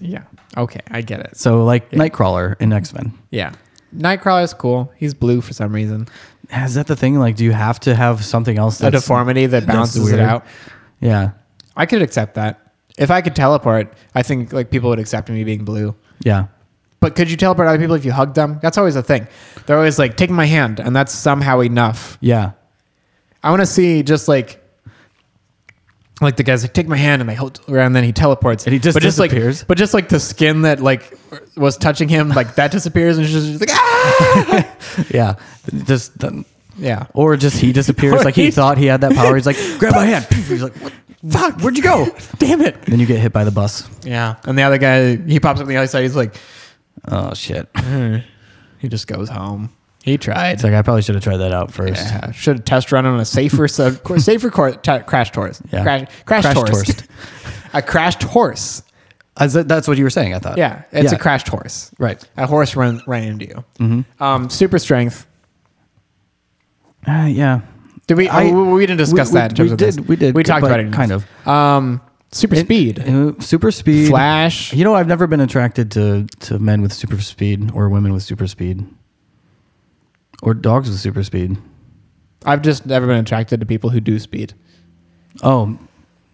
yeah. Okay, I get it.
so like Nightcrawler in X Men.
Yeah. Nightcrawler's cool. He's blue for some reason.
Is that the thing? Like, do you have to have something else?
a deformity that
that's
balances it
weird.
out.
Yeah,
I could accept that. If I could teleport, I think like people would accept me being blue.
yeah.
But could you teleport other people if you hugged them? That's always a thing. They're always like, take my hand, and that's somehow enough.
Yeah.
I want to see just like, like the guy's like, take my hand, and they hold around, and then he teleports,
And he just
but
disappears.
Just like, but just like the skin that like was touching him, like that disappears, and she's just like, ah,
Yeah. Just the-
yeah.
or just he disappears.
(laughs)
like he
Right.
thought he had that power. He's like, grab my hand. He's like, what? fuck? Where'd you (laughs) go?
Damn it.
Then you get hit by the bus.
Yeah. And the other guy, he pops up on the other side. He's like,
Oh shit!
he just goes home. He
It's
tried.
like I probably should have tried that out first.
Yeah. Should have test run on a safer, sub, cor- safer cor- t- crash horse.
Yeah.
Crash, crash,
Crashed
horse.
horsed.
(laughs) a crashed horse.
I said- that's what you were saying. I thought.
Yeah. It's
Uh,
a
Yeah.
crashed horse.
Right.
A horse ran, ran into you.
Mm-hmm.
Um, super strength.
Uh, yeah.
Did we?
I-
oh, we didn't discuss
we-
that. In terms
we
of
did-
this.
we did,
We talked
but
about it.
kind of.
Um, super speed.
Uh, super speed.
Flash.
You know, I've never been attracted to to men with super speed or women with super speed or dogs with super speed.
I've just never been attracted to people who do speed.
Oh,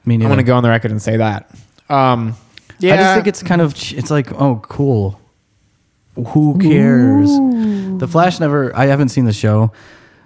me neither.
I'm going to go on the record and say that. Um, yeah.
I just think it's kind of ch- it's like oh cool. Who cares? The Flash never. I haven't seen the show,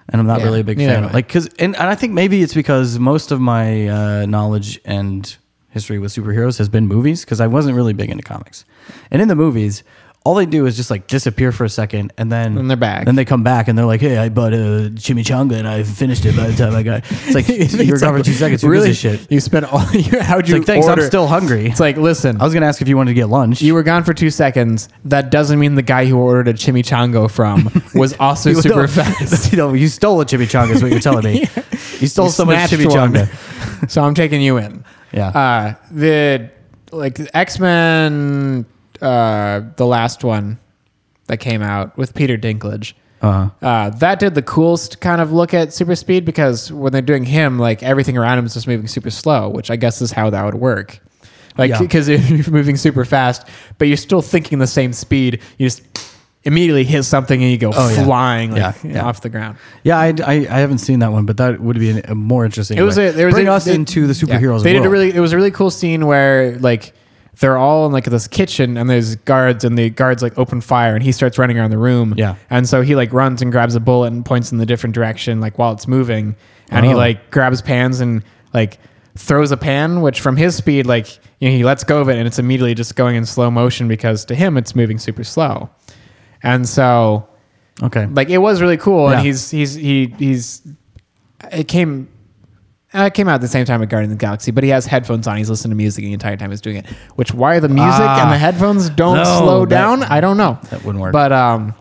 and I'm not
Yeah,
really a big
neither
fan.
am I.
Like because and, and I think maybe it's because most of my uh, knowledge and history with superheroes has been movies because I wasn't really big into comics, and in the movies. All they do is just like disappear for a second, and then
And they're back.
Then they come back, and they're like, "Hey, I bought a chimichanga, and I finished it by the time I got."
(laughs)
It's like you were gone for two seconds. Who gives a shit?
You spent all. (laughs) You, how'd
It's
you
like thanks,
order?
I'm still hungry.
(laughs) It's like listen,
I was gonna ask if you wanted to get lunch.
you were gone for two seconds. That doesn't mean the guy who ordered a chimichango from
(laughs)
was also
You-
super
no,
fast. (laughs)
You know, you stole a chimichanga. Is what you're telling (laughs) me. You stole
You
someone's
snatched one.
chimichanga.
so I'm taking you in.
(laughs) Yeah.
Uh, the like X Men, uh, the last one that came out with Peter Dinklage.
Uh-huh.
Uh, that did the coolest kind of look at super speed because when they're doing him, like everything around him is just moving super slow, which I guess is how that would work. Like
Yeah.
because (laughs) if you're moving super fast, but you're still thinking the same speed, you just immediately hit something and you go
Oh, yeah.
flying like,
Yeah, yeah.
off the ground.
Yeah, I, I, I haven't seen that one, but that would be an, a more interesting.
It was
way.
a, there was
bring
a,
us
they-
into the
yeah.
superheroes.
They did a
world.
really. It was a really cool scene where like they're all in like this kitchen and there's guards and the guards like open fire and he starts running around the room.
Yeah.
And so he like runs and grabs a bullet and points in the different direction like while it's moving and he
Oh.
like grabs pans and like throws a pan, which from his speed, like you know, he lets go of it and it's immediately just going in slow motion because to him it's moving super slow. And so
Okay.
like it was really cool and
Yeah.
he's he's he he's it came uh, it came out at the same time with Guardians of the Galaxy, but he has headphones on. He's listening to music the entire time he's doing it. Which why the music
Ah.
and the headphones don't
No,
slow
that-
down, I don't know.
that wouldn't work.
But um,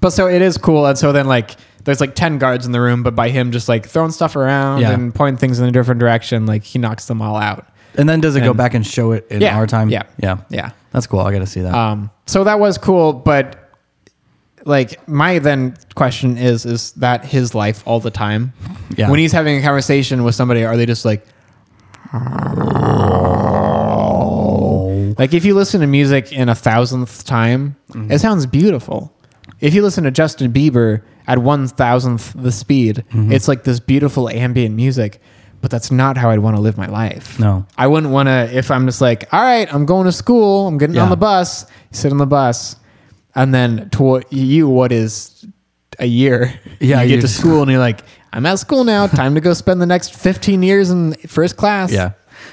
but so it is cool. And so then like there's like ten guards in the room, but by him just like throwing stuff around
Yeah.
and pointing things in a different direction, like he knocks them all out.
and then does it go
and-
back and show it in
Yeah,
our time?
yeah,
Yeah.
yeah.
That's cool. I got to see that.
Um, so that was cool, but like my then question is is that his life all the time?
Yeah.
When he's having a conversation with somebody, are they just like like if you listen to music in a thousandth time,
Mm-hmm.
it sounds beautiful. If you listen to Justin Bieber at one thousandth the speed,
Mm-hmm.
it's like this beautiful ambient music. But that's not how I'd want to live my life.
No.
I wouldn't want to if I'm just like, all right, I'm going to school, I'm getting
Yeah.
on the bus, you sit on the bus, and then to you, what is a year?
Yeah,
you get
you
to
just-
school and you're like, I'm at school now. Time to go spend the next 15 years in first class.
Yeah.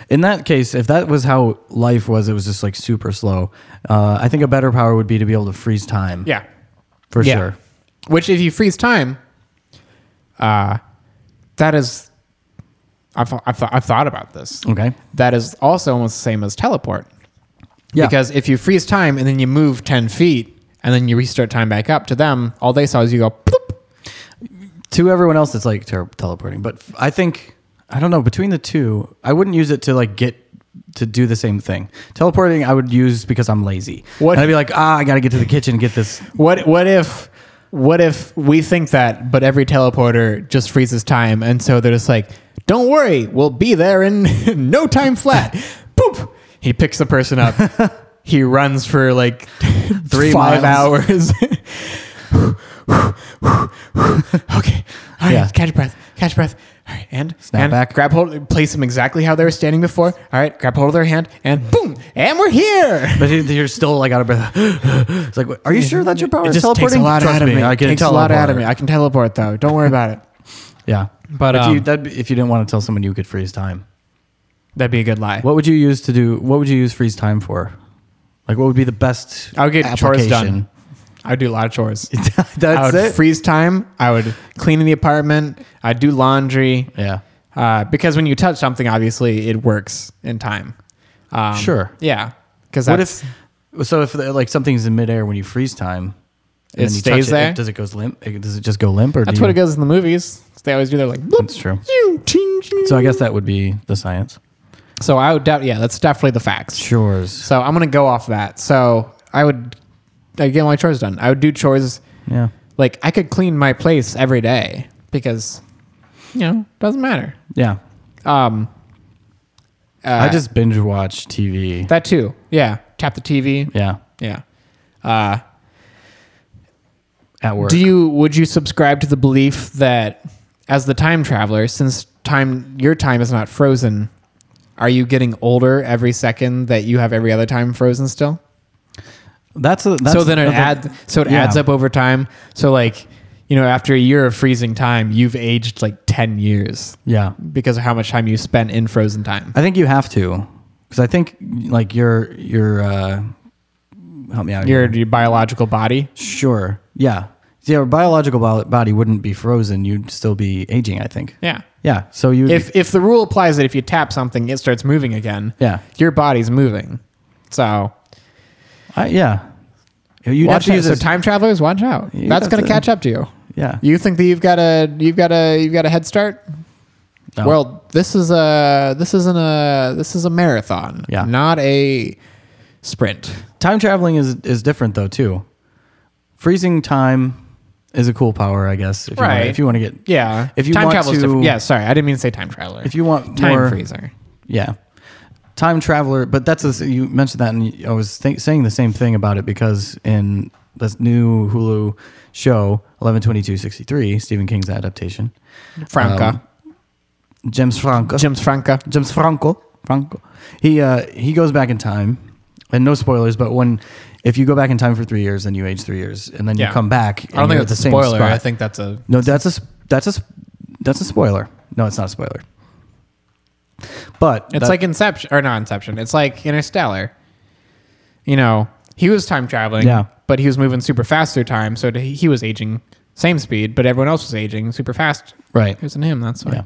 In that case, if that was how life was, it was just like super slow. Uh, I think a better power would be to be able to freeze time.
yeah,
For
Yeah.
sure.
Which, if you freeze time, uh, that is, I've I've, thought- I've thought about this.
Okay.
That is also almost the same as teleport.
Yeah.
Because if you freeze time and then you move 10 feet and then you restart time back up to them, all they saw is you go, "Ploop."
to everyone else, it's like ter- teleporting. But f- I think, I don't know, between the two, I wouldn't use it to like get to do the same thing. Teleporting, I would use because I'm lazy.
What-
And I'd be like, ah, I got to get to the kitchen and get this.
What what if what if we think that, but every teleporter just freezes time, and so they're just like, "Don't worry, we'll be there in (laughs) no time flat." Boop! He picks the person up. he runs for like
Three
five
miles.
hours. okay, all right,
Yeah.
catch your breath, catch your breath. All right, and
Snap
and
back.
Grab hold, place them exactly how they were standing before. All right, grab hold of their hand, and boom, and we're here.
But you- you're still like out of breath. (gasps) it's like, are you sure that's your power?
It
is
just
teleporting?
takes a lot
Trust
out of me.
I can
takes a lot out of me.
teleport.
I can teleport though. Don't worry about it.
Yeah.
But,
if, you,
um,
that'd be, if you didn't want to tell someone you could freeze time,
That'd be a good lie.
what would you use to do? What would you use freeze time for? Like, what would be the best?
I would get chores
application?
done. I would do a lot of chores. I
(laughs) That's
would
it.
freeze time. I would clean the apartment. I'd do laundry.
yeah.
Uh, because when you touch something, obviously it works in time. Um,
Sure.
Yeah. Because
What if? So if like something's in midair when you freeze time,
It
then you
stays
touch
there?
It, does it goes limp? It- Does it just go limp? Or
that's
do
what it
you,
goes in the movies. They always do. They're like, bloop,
That's true.
ching, ching, ching.
So I guess that would be the science.
So I would doubt. Yeah, that's definitely the facts.
Chores.
So I'm gonna go off that. So I would, I get my chores done. I would do chores.
Yeah.
like I could clean my place every day because you know doesn't matter.
Yeah.
Um, uh,
I just binge watch TV.
that too. Yeah, tap the TV.
yeah.
Yeah. Uh,
At work.
do you would you subscribe to the belief that as the time traveler, since time your time is not frozen, are you getting older every second that you have every other time frozen still?
that's a, that's
so then it
another-
add so it
yeah.
adds up over time. So like you know after a year of freezing time, you've aged like ten years.
Yeah.
because of how much time you spent in frozen time.
I think you have to, because I think like your your uh, help me out. here.
Your, your biological body.
Sure. Yeah. See, our biological bo- body wouldn't be frozen. You'd still be aging, I think.
Yeah.
Yeah. So you.
If if the rule applies that if you tap something, it starts moving again.
Yeah.
Your body's moving. So
I, yeah. You
watch out. So time travelers, watch out.
You
That's
have
gonna
to-
catch up to you.
Yeah.
You think that you've got a you've got a you've got a head start?
No.
Well, this is a this isn't a this is a marathon.
Yeah.
Not a sprint.
time traveling is is different though too. Freezing time is a cool power, I guess. If You
Right.
wanna, if you want to get.
Yeah.
If you
time
want
travel's
to-
different. Yeah, sorry, I didn't mean to say time traveler.
If you want
time
more,
freezer.
Yeah. Time traveler, but that's a, you mentioned that, and I was think, saying the same thing about it because in this new Hulu show, eleven twenty two sixty three, Stephen King's adaptation,
Franca.
Um, James Franco,
Jim's Franca.
James Franco. Franco. He uh, he goes back in time, and no spoilers. But when if you go back in time for three years, then you age three years, and then
Yeah.
you come back.
I don't
and
think
you're at
that's a
the same
spoiler.
spot.
I think that's a
no. That's a s- that's a s- that's a spoiler. No, it's not a spoiler. But
It's like Inception or not Inception. It's like Interstellar. You know, he was time traveling,
Yeah.
but he was moving super fast through time, so he he was aging same speed, but everyone else was aging super fast.
Right.
It wasn't him. That's why.
Yeah.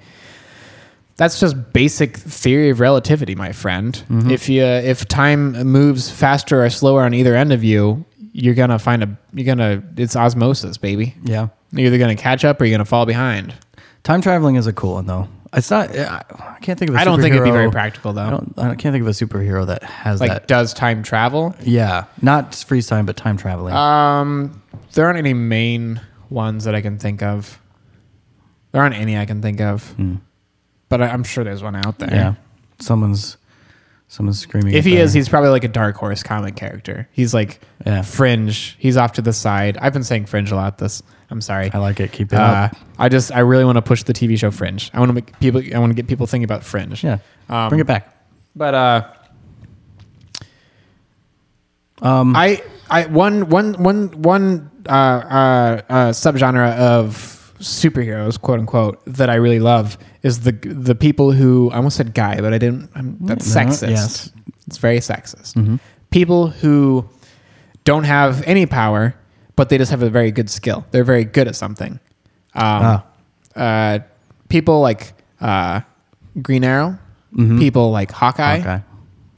That's just basic theory of relativity, my friend.
Mm-hmm.
If you if time moves faster or slower on either end of you, you're gonna find a you're gonna it's osmosis, baby.
yeah,
You're either gonna catch up or you're gonna fall behind.
time traveling is a cool one though. It's not. I I can't think of. I
I don't think it'd be very practical
I
though.
don't. I can't think of a superhero that has
Like,
that.
does time travel?
Yeah, not freeze time, but time traveling.
Um, there aren't any main ones that I can think of. There aren't any I can think of, but I, I'm sure there's one out there.
Hmm. yeah, someone's someone's screaming.
If
up
he
there.
is, he's probably like a dark horse comic character. He's like
Yeah.
fringe. He's off to the side. I've been saying fringe a lot. This I'm sorry.
I like it. Keep it
Uh,
up.
I just I really want to push the TV show Fringe. I want to make people. I want to get people thinking about Fringe.
Yeah,
um,
bring it back.
But uh,
Um,
I I one one one one uh, uh, uh, subgenre of superheroes, quote unquote, that I really love is the the people who I almost said guy, but I didn't. I'm, that's
No,
sexist.
Mm-hmm. yes. Mm-hmm.
It's very sexist. People who don't have any power, but they just have a very good skill. They're very good at something. Um,
Ah.
uh, people like uh, Green Arrow.
Mm-hmm.
People like Hawkeye
okay,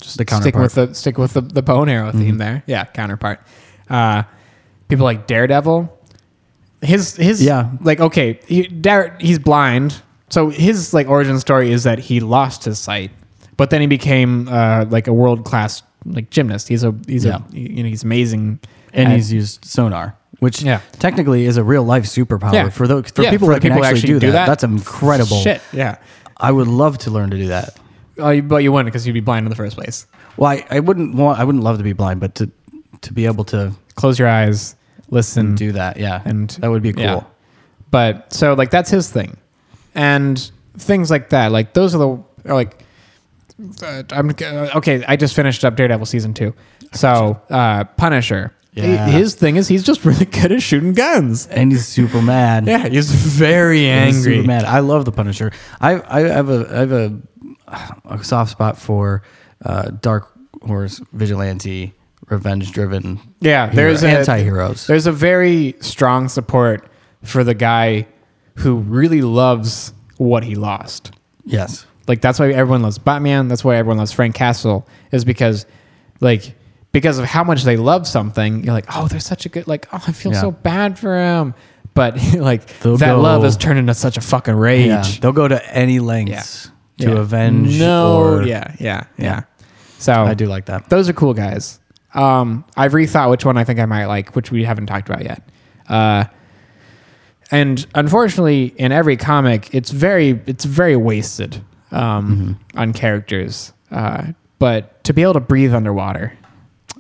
just the
eh, stick
counterpart.
with the stick with the, the bow and arrow
Mm-hmm.
theme there. Yeah, counterpart. Uh, people like Daredevil. His his
Yeah.
like okay, he, Dare, he's blind, so his like origin story is that he lost his sight, but then he became uh, like a world class like gymnast. He's a he's
Yeah.
a you know he's amazing.
and
at-
he's used sonar, which
Yeah.
technically is a real life superpower
Yeah.
oh, for those for
Yeah,
people
for
that
the people
can
who
actually,
actually
do,
do
that,
that.
That's incredible.
shit. Yeah,
I would love to learn to do that.
oh, you- but you wouldn't because you'd be blind in the first place.
Well, I, I wouldn't want. I wouldn't love to be blind, but to to be able to
Close your eyes, listen,
do that, yeah,
and
that would be cool.
yeah. But so like that's his thing, and things like that. Like those are the are like. Uh, I'm uh, okay. I just finished up Daredevil season two, so uh, Punisher.
Yeah.
He- His thing is he's just (laughs) really good at shooting guns.
And he's
(laughs)
super mad.
Yeah, he's very
He's
angry.
super mad. I love the Punisher. I I have a I have a, a soft spot for uh, Dark Horse vigilante, revenge driven.
Yeah, there's a-
anti-heroes.
There's a very strong support for the guy who really loves what he lost.
yes.
Like that's why everyone loves Batman. That's why everyone loves Frank Castle is because, like, because of how much they love something. You're like, oh, they're such a good. Like, oh, I feel
Yeah.
so bad for him. But (laughs) like
They'll
that
go-
love has turned into such a fucking rage.
Yeah. They'll go to any lengths to
Yeah.
avenge.
No.
or-
yeah. Yeah. Yeah. So
I do like that.
Those are cool guys. Um, I've rethought which one I think I might like, which we haven't talked about yet. Uh, and unfortunately, in every comic, it's very it's very wasted um,
Mm-hmm.
on characters. Uh, but to be able to breathe underwater,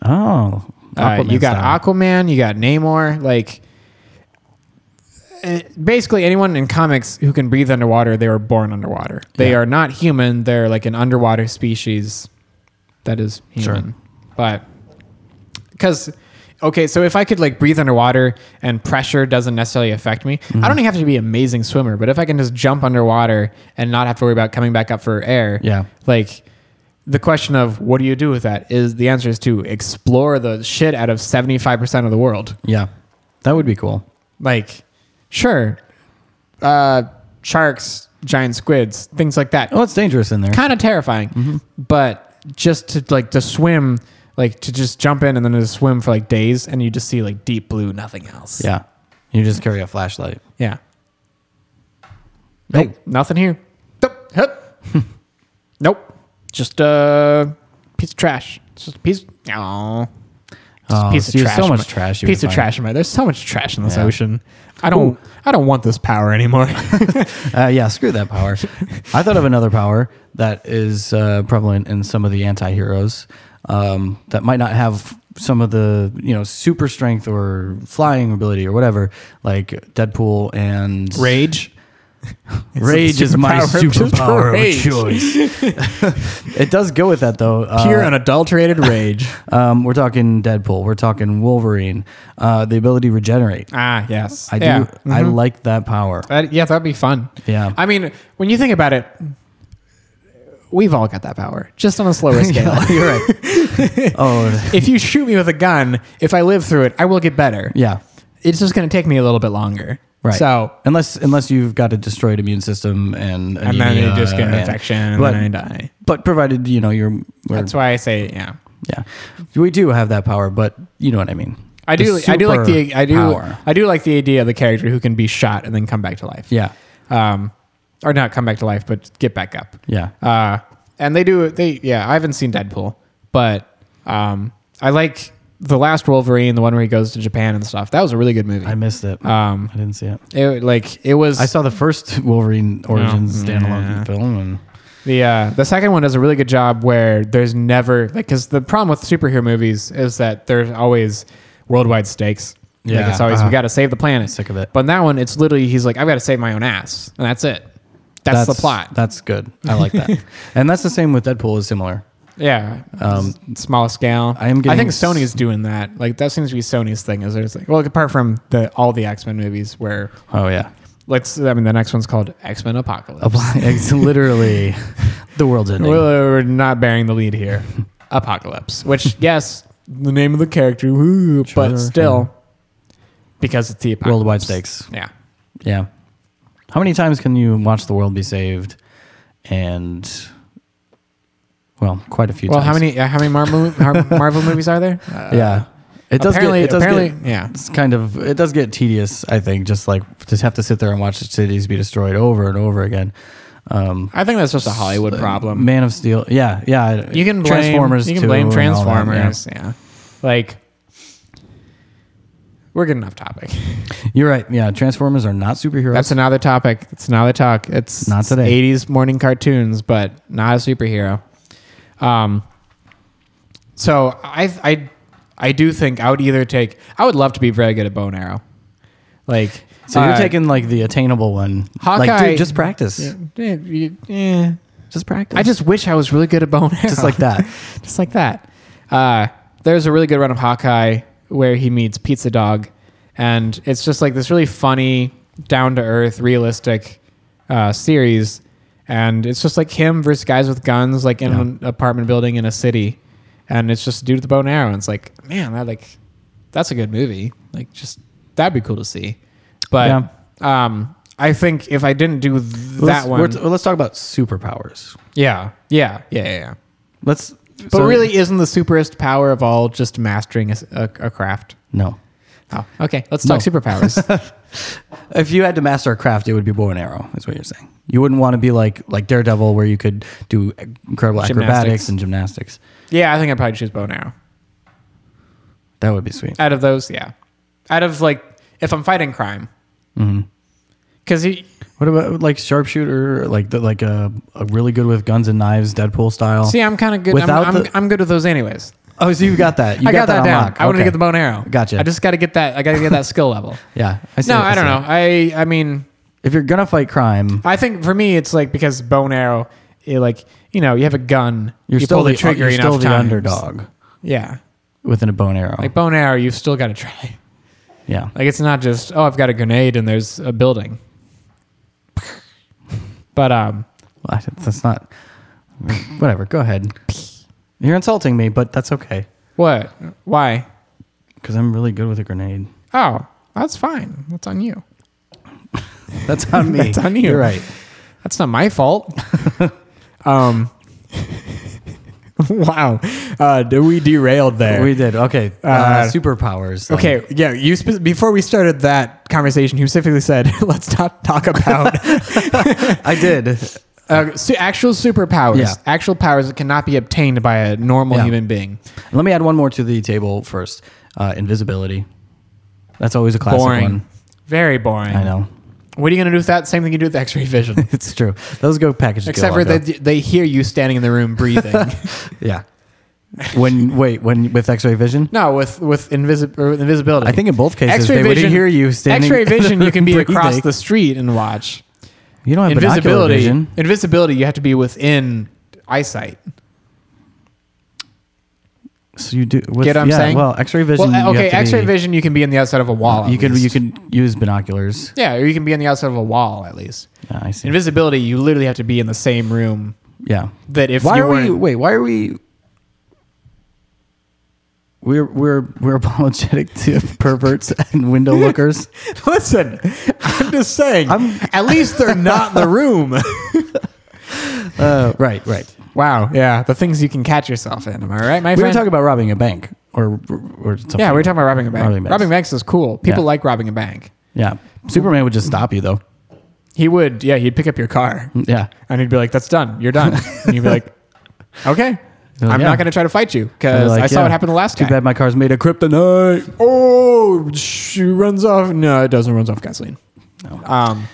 Oh,
uh, you
Aquaman
got
style.
Aquaman, you got Namor, like. eh, Basically, anyone in comics who can breathe underwater, they were born underwater. They
Yeah.
are not human. They're like an underwater species that is human. But because, okay, so if I could like breathe underwater and pressure doesn't necessarily affect me, I don't even have to be an amazing swimmer, but if I can just jump underwater and not have to worry about coming back up for air,
Yeah.
like the question of what do you do with that is the answer is to explore the shit out of 75% of the world
Yeah, that would be cool.
like sure uh sharks giant squids things like that
Oh, it's dangerous in there.
kind of terrifying but just to like to swim like to just jump in and then to swim for like days and you just see like deep blue nothing else
Yeah, you just carry a flashlight.
yeah
Hey,
nothing here Nope. Hup. (laughs) nope just a piece of trash It's just a piece Aw. Just a
Oh,
piece
so
of
you
trash.
have so
in
much
my-
trash you
Piece
would
of
find.
trash in my. There's so much trash in this
Yeah.
ocean. I don't. I don't want this power (laughs) anymore.
Uh, yeah, screw
(laughs)
that power. I thought of another power that is uh, prevalent in some of the anti-heroes um, that might not have some of the you know super strength or flying ability or whatever, like Deadpool and
Rage.
Rage is my
Superpower,
superpower
rage.
of choice.
(laughs)
it does go with that though. Uh,
Pure unadulterated rage.
(laughs) um, we're talking Deadpool. We're talking Wolverine. Uh, the ability to regenerate.
ah, yes.
I do.
yeah. Mm-hmm.
I
(laughs)
like that power.
That- yeah, that'd be fun.
Yeah.
I mean, when you think about it, We've all got that power, just on a slower
(laughs)
scale.
you're right. oh,
(laughs) if you shoot me with a gun, if I live through it, I will get better.
yeah.
It's just going to take me a little bit longer.
Right.
So
unless unless you've got a destroyed immune system and
and then you just get an
anemia and-
infection and
but,
then I die.
but provided you know you're we're-
That's why I say yeah.
yeah we do have that power but you know what I mean
I do.
The
I do like the. I do.
superpower.
I do like the idea of the character who can be shot and then come back to life.
yeah
Um, or not come back to life, but get back up.
yeah
Uh, and they do. They yeah. I haven't seen Deadpool, but um, I like the last Wolverine, the one where he goes to Japan and stuff. That was a really good movie.
I missed it
um,
I didn't see it
it like it was.
I saw the first Wolverine Origins standalone
Yeah.
film and
The uh, the second one does a really good job where there's never like because the problem with superhero movies is that there's always worldwide stakes. Like,
Yeah,
it's always
uh-huh.
we got to save the planet.
Sick of it.
But in that one, it's literally he's like, I've got to save my own ass, and that's it. That's, the plot.
that's good I
(laughs)
like that and that's the same with Deadpool is similar
yeah,
Um,
S- small scale.
I am
I
getting
think
s-
Sony's doing that. Like that seems to be Sony's thing. Is there's like well, apart from the all the X Men movies where
oh yeah
let's I mean the next one's called X Men Apocalypse.
(laughs) it's literally the world's ending
Well, we're not bearing the lead
(laughs)
here. Apocalypse, which yes, the name of the character, woo,
Sure,
but still, because it's the apocalypse.
worldwide stakes
Yeah,
Yeah. How many times can you watch the world be saved? And well, quite a few
well,
times.
how many uh, how many Marvel Har-
(laughs)
Marvel movies are there? Uh,
yeah. It does
apparently,
get it does
apparently,
get
yeah.
it's kind of it does get tedious, I think, just like to have to sit there and watch the cities be destroyed over and over again. Um
I think that's just a Hollywood problem.
Man of Steel. Yeah, yeah.
You can blame You can
too
blame
and all that, yeah.
Transformers. yeah. like we're good enough topic.
You're right. Yeah, Transformers are not superheroes.
That's another topic. It's another talk. It's
Not today.
Eighties morning cartoons, but not a superhero. Um. So I I I do think I would either take. I would love to be very good at bow and arrow. Like
so
uh,
you're taking like the attainable one. like
Hawkeye-
dude, just practice.
Yeah, yeah, eh, you- yeah.
Just practice.
I just wish I was really good at bow and arrow.
just like
(laughs)
that.
just like that. Uh, there's a really good run of Hawkeye where he meets Pizza Dog, and it's just like this really funny, down to earth, realistic uh, series. And it's just like him versus guys with guns, like in
Yeah.
an apartment building in a city, and it's just dude with the bow and arrow. And it's like, man, that like, that's a good movie. Like, just that'd be cool to see. But um, I think if I didn't do th- that one,
Let's, we're- let's talk about superpowers.
yeah, yeah, yeah, yeah. yeah.
Let's.
But really, isn't the superest power of all just mastering a, s- a- a craft?
no.
Oh, okay. Let's
No.
talk
(laughs)
superpowers.
If you had to master a craft, it would be bow and arrow. Is what you're saying. You wouldn't want to be like like Daredevil, where you could do incredible acrobatics
Gymnastics.
and gymnastics.
yeah, I think I'd probably choose bow and arrow.
That would be sweet.
Out of those, yeah. Out of like, if I'm fighting crime,
Mm-hmm.
because he.
What about like sharpshooter, like the, like a, a really good with guns and knives, Deadpool style?
See, I'm kind of good.
Without
I'm, I'm,
the-
I'm good with those anyways.
oh, so you got that? You
I got, that, down.
unlocked.
I wanted to
Okay.
get the bow and arrow.
Gotcha.
I just got to get that. I got to get
(laughs)
that skill level.
Yeah. I see
No,
it,
I
see
don't
it.
know. I I mean,
If you're gonna fight crime,
I think for me, it's like because bow and arrow, it like you know, you have a gun,
you're
you
still
pull
the, uh,
the trigger
you're
enough
still the
times.
underdog
Yeah,
within a bow and arrow.
like bow and arrow, you've still got to try.
yeah.
Like it's not just oh, I've got a grenade and there's a building. But um,
Well, I- That's not. Whatever. Go ahead. You're insulting me, but that's okay
what? Why?
because I'm really good with a grenade.
Oh, that's fine. That's on you.
That's
(laughs)
on me.
That's on you.
You're right.
That's not my fault. (laughs) um. (laughs) wow, uh, d- we derailed there.
We did. Okay. Uh,
Uh,
superpowers. then.
okay, yeah. You spe- before we started that conversation, you specifically said (laughs) let's not talk about
I did.
(laughs) uh, su- actual superpowers,
Yeah.
actual powers that cannot be obtained by a normal
Yeah.
human being.
(laughs) Let me add one more to the table first. Uh, invisibility. That's always a classic
boring,
one.
very boring.
I know. (laughs)
What are you going to do with that? Same thing you do with X-ray vision,
It's true. Those go packaged.
except for they, they hear you standing in the room
(laughs)
breathing. (laughs)
Yeah. When wait when with X-ray vision.
no, with with, invisi- or with invisibility.
I think in both cases they would hear you standing. (laughs)
X-ray
in the
vision, you can be
room
across
breathing.
the street and watch.
You don't have binocular
Invisibility,
vision.
invisibility, you have to be within eyesight.
So you do. With,
Get what I'm
yeah,
saying?
Well, X-ray vision.
Well, uh,
you have
okay,
to
X-ray
be-
vision, you can be on the outside of a wall. at
You can you
least.
can use binoculars.
yeah, or you can be on the outside of a wall at least.
Yeah, I see.
Invisibility, you literally have to be in the same room
Yeah.
That if
why
you
are we? (laughs)
weren't-
Wait. Why are we? We're we're we're (laughs) apologetic to (laughs) perverts and (laughs) window lookers.
Listen, I'm just saying.
(laughs) I'm-
at least they're not in the
(laughs)
room.
Uh, right. Right.
wow. Yeah, the things you can catch yourself in. Am I right, my
We were
friend?
talking about robbing a bank or or something.
yeah, we were talking about robbing a bank.
Robbing
Robbing,
banks.
banks is cool. People
Yeah.
like robbing a bank.
yeah. Superman would just stop you though.
He would. Yeah, he'd pick up your car
Yeah.
and he'd be like, "That's done. You're
(laughs)
done." and you'd be like, "Okay."
Well,
I'm
yeah.
not going to try to fight you
I'd be
because
like,
I saw
yeah,
what happened to the last
Too
guy.
bad my car's made of kryptonite.
Oh, she runs off. No, it doesn't. Runs off gasoline.
No.
Um,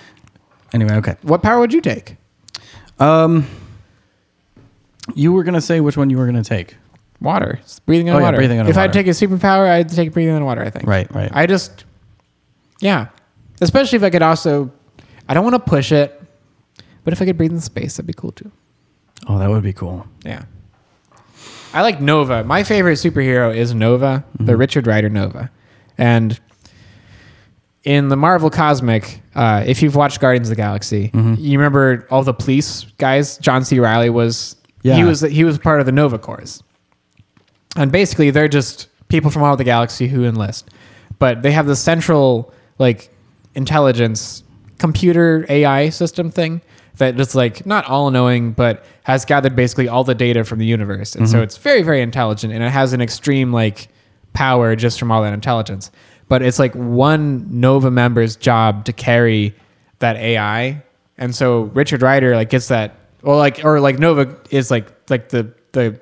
Anyway, okay.
what power would you take?
Um, you were gonna say which one you were gonna take.
Water. It's breathing on
Oh, yeah,
water.
breathing on
if
water.
I'd take a superpower, I'd take breathing on water, I think.
Right, right.
I just, yeah. Especially if I could also, I don't want to push it, but if I could breathe in space, that'd be cool too.
oh, that would be cool.
Yeah. I like Nova. My favorite superhero is Nova,
Mm-hmm.
the Richard Rider Nova. And in the Marvel Cosmic, uh, if you've watched Guardians of the Galaxy,
Mm-hmm.
you remember all the police guys. John C. Riley was he
Yeah.
was he was part of the Nova Corps, and basically they're just people from all over the galaxy who enlist, but they have the central like intelligence computer AI system thing that just like not all knowing, but has gathered basically all the data from the universe, and so it's very very intelligent, and it has an extreme like power just from all that intelligence. But it's like one Nova member's job to carry that AI. And so Richard Ryder like gets that well like or like Nova is like like the the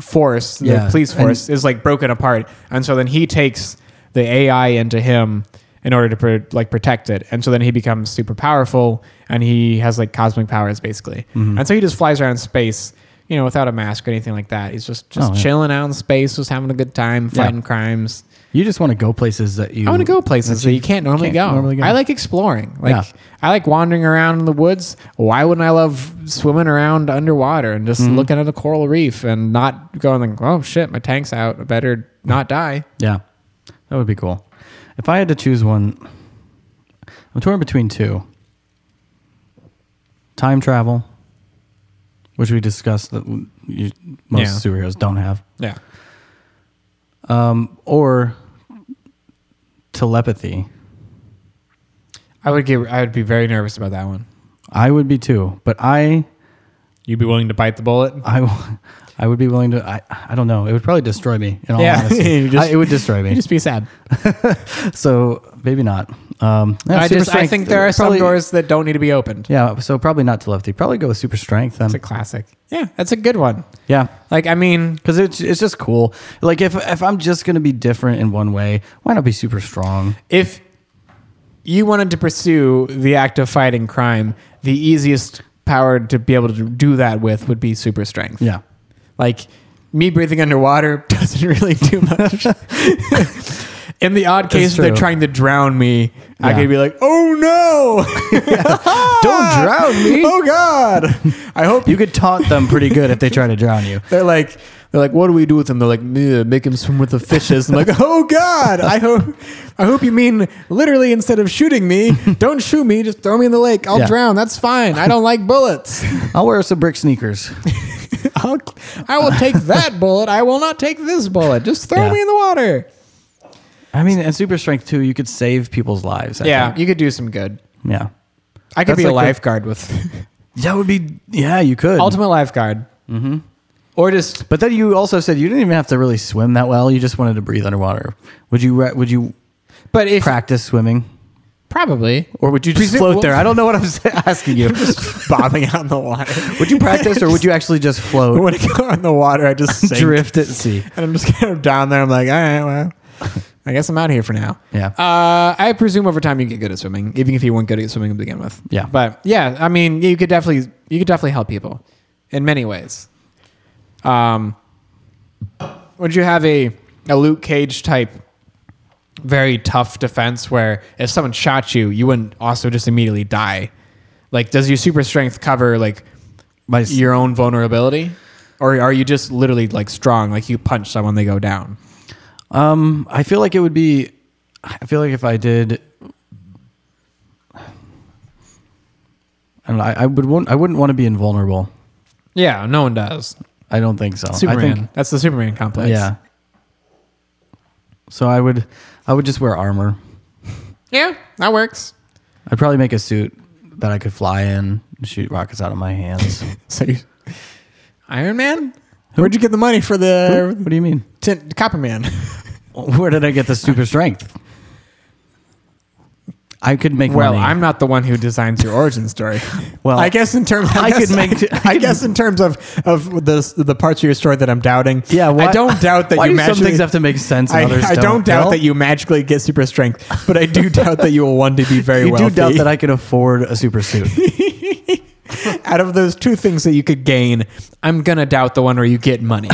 force, the
Yeah.
police force is like broken apart. And so then he takes the AI into him in order to pro- like protect it. And so then he becomes super powerful and he has like cosmic powers basically.
Mm-hmm.
And so he just flies around space, you know, without a mask or anything like that. He's just just
Oh, yeah.
chilling out in space, just having a good time,
Yeah.
fighting crimes.
You just want to go places that you.
I want to go places that Mm-hmm. you can't normally,
can't
go.
normally go.
I like exploring. Like
Yeah.
I like wandering around in the woods. Why wouldn't I love swimming around underwater and just looking at a coral reef and not going like, oh shit, my tank's out. I better not die.
Yeah, that would be cool. If I had to choose one, I'm torn between two. Time travel, which we discussed that w- you, most
Yeah.
superheroes don't have,
Yeah.
um, or telepathy.
I would get. I would be very nervous about that one.
I would be too, but I,
You'd be willing to bite the bullet?
I, (laughs) w- I would be willing to. I, I don't know. It would probably destroy me. In all
Yeah. (laughs)
honesty,
You just-
I- it would destroy
You'd
me.
just be sad.
so maybe not. Um, yeah,
I
super
just. I
strength,
think there are
probably-
some doors that don't need to be opened.
Yeah, so probably not telepathy. Probably go with super strength. Then.
It's a classic. Yeah, that's a good one.
Yeah,
Like I mean,
because it's it's just cool. Like if if I'm just gonna be different in one way, why not be super strong?
if you wanted to pursue the act of fighting crime, the easiest power to be able to do that with would be super strength.
Yeah,
Like me breathing underwater (laughs) doesn't really do
(laughs)
much. In the odd case they're
true.
trying to drown me, I
Yeah.
could be like, "Oh no!
(laughs) don't drown me.
(laughs) oh god! I
(laughs)
hope
You could taunt them pretty good if they try to drown (laughs) you.
They're like, they're like, what do we do with them? They're like, "Meh, make him swim with the fishes. I'm like, oh god, I hope, I hope you mean literally instead of shooting me, don't shoot me, just throw me in the lake. I'll
Yeah.
drown. That's fine. I don't like bullets.
I'll wear some brick sneakers.
(laughs) I'll, I will take that bullet. I will not take this bullet. Just throw
Yeah.
me in the water.
I mean, and super strength too. You could save people's lives. I
Yeah,
think.
you could do some good.
yeah,
I could
That's
be a
like the-
lifeguard with (laughs)
that would be. Yeah, you could.
ultimate lifeguard. Mm-hmm. Or just
but then you also said you didn't even have to really swim that well. You just wanted to breathe underwater. Would you? re- Would you
but if
practice swimming,
probably
or would you just
Presu-
float there? I don't know (laughs) what I'm s- asking you.
just bobbing out in the water.
Would you practice, or would you actually (laughs) just float,
(laughs) When I go in the water, I (laughs) just sink.
drift at sea?
(laughs) and I'm just kind of down there. I'm like, all right, well, I guess I'm out here for now.
Yeah.
Uh, I presume over time you get good at swimming, even if you weren't good at swimming to begin with.
Yeah.
But yeah, I mean, you could definitely you could definitely help people in many ways. Um, would you have a a Luke Cage type? Very tough defense where if someone shot you, you wouldn't also just immediately die. Like, does your super strength cover like
My s-
your own vulnerability or are you just literally like strong like you punch someone they go down
Um, I feel like it would be. I feel like if I did, I don't know. I, I would. Want, I wouldn't want to be invulnerable.
Yeah, no one does.
I don't think so.
Superman.
I think
That's the Superman complex.
yeah. So I would I would just wear armor.
Yeah, that works.
I'd probably make a suit that I could fly in and shoot rockets out of my
(laughs)
hands.
So you, Iron Man? Where'd you get the money for the
what do you mean?
tin, Copper Man?
Where did I get the super strength? I could
(laughs)
make
Well,
money.
I'm not the one who designs your origin (laughs) story.
Well,
I guess in terms, I,
I
guess-
could
(laughs)
make-
I, guess in terms of of the the parts of your story that I'm doubting.
yeah, why,
I don't doubt that
(laughs) why
you
do some
magically.
things
(laughs)
have to make sense. And
I,
others
I
don't
don't doubt
Bill?
that you magically get super strength, but I (laughs) do doubt that you will one day be very
You
wealthy.
do doubt that I could afford a super suit.
(laughs) Out of those two things that you could gain, I'm gonna doubt the one where you get money,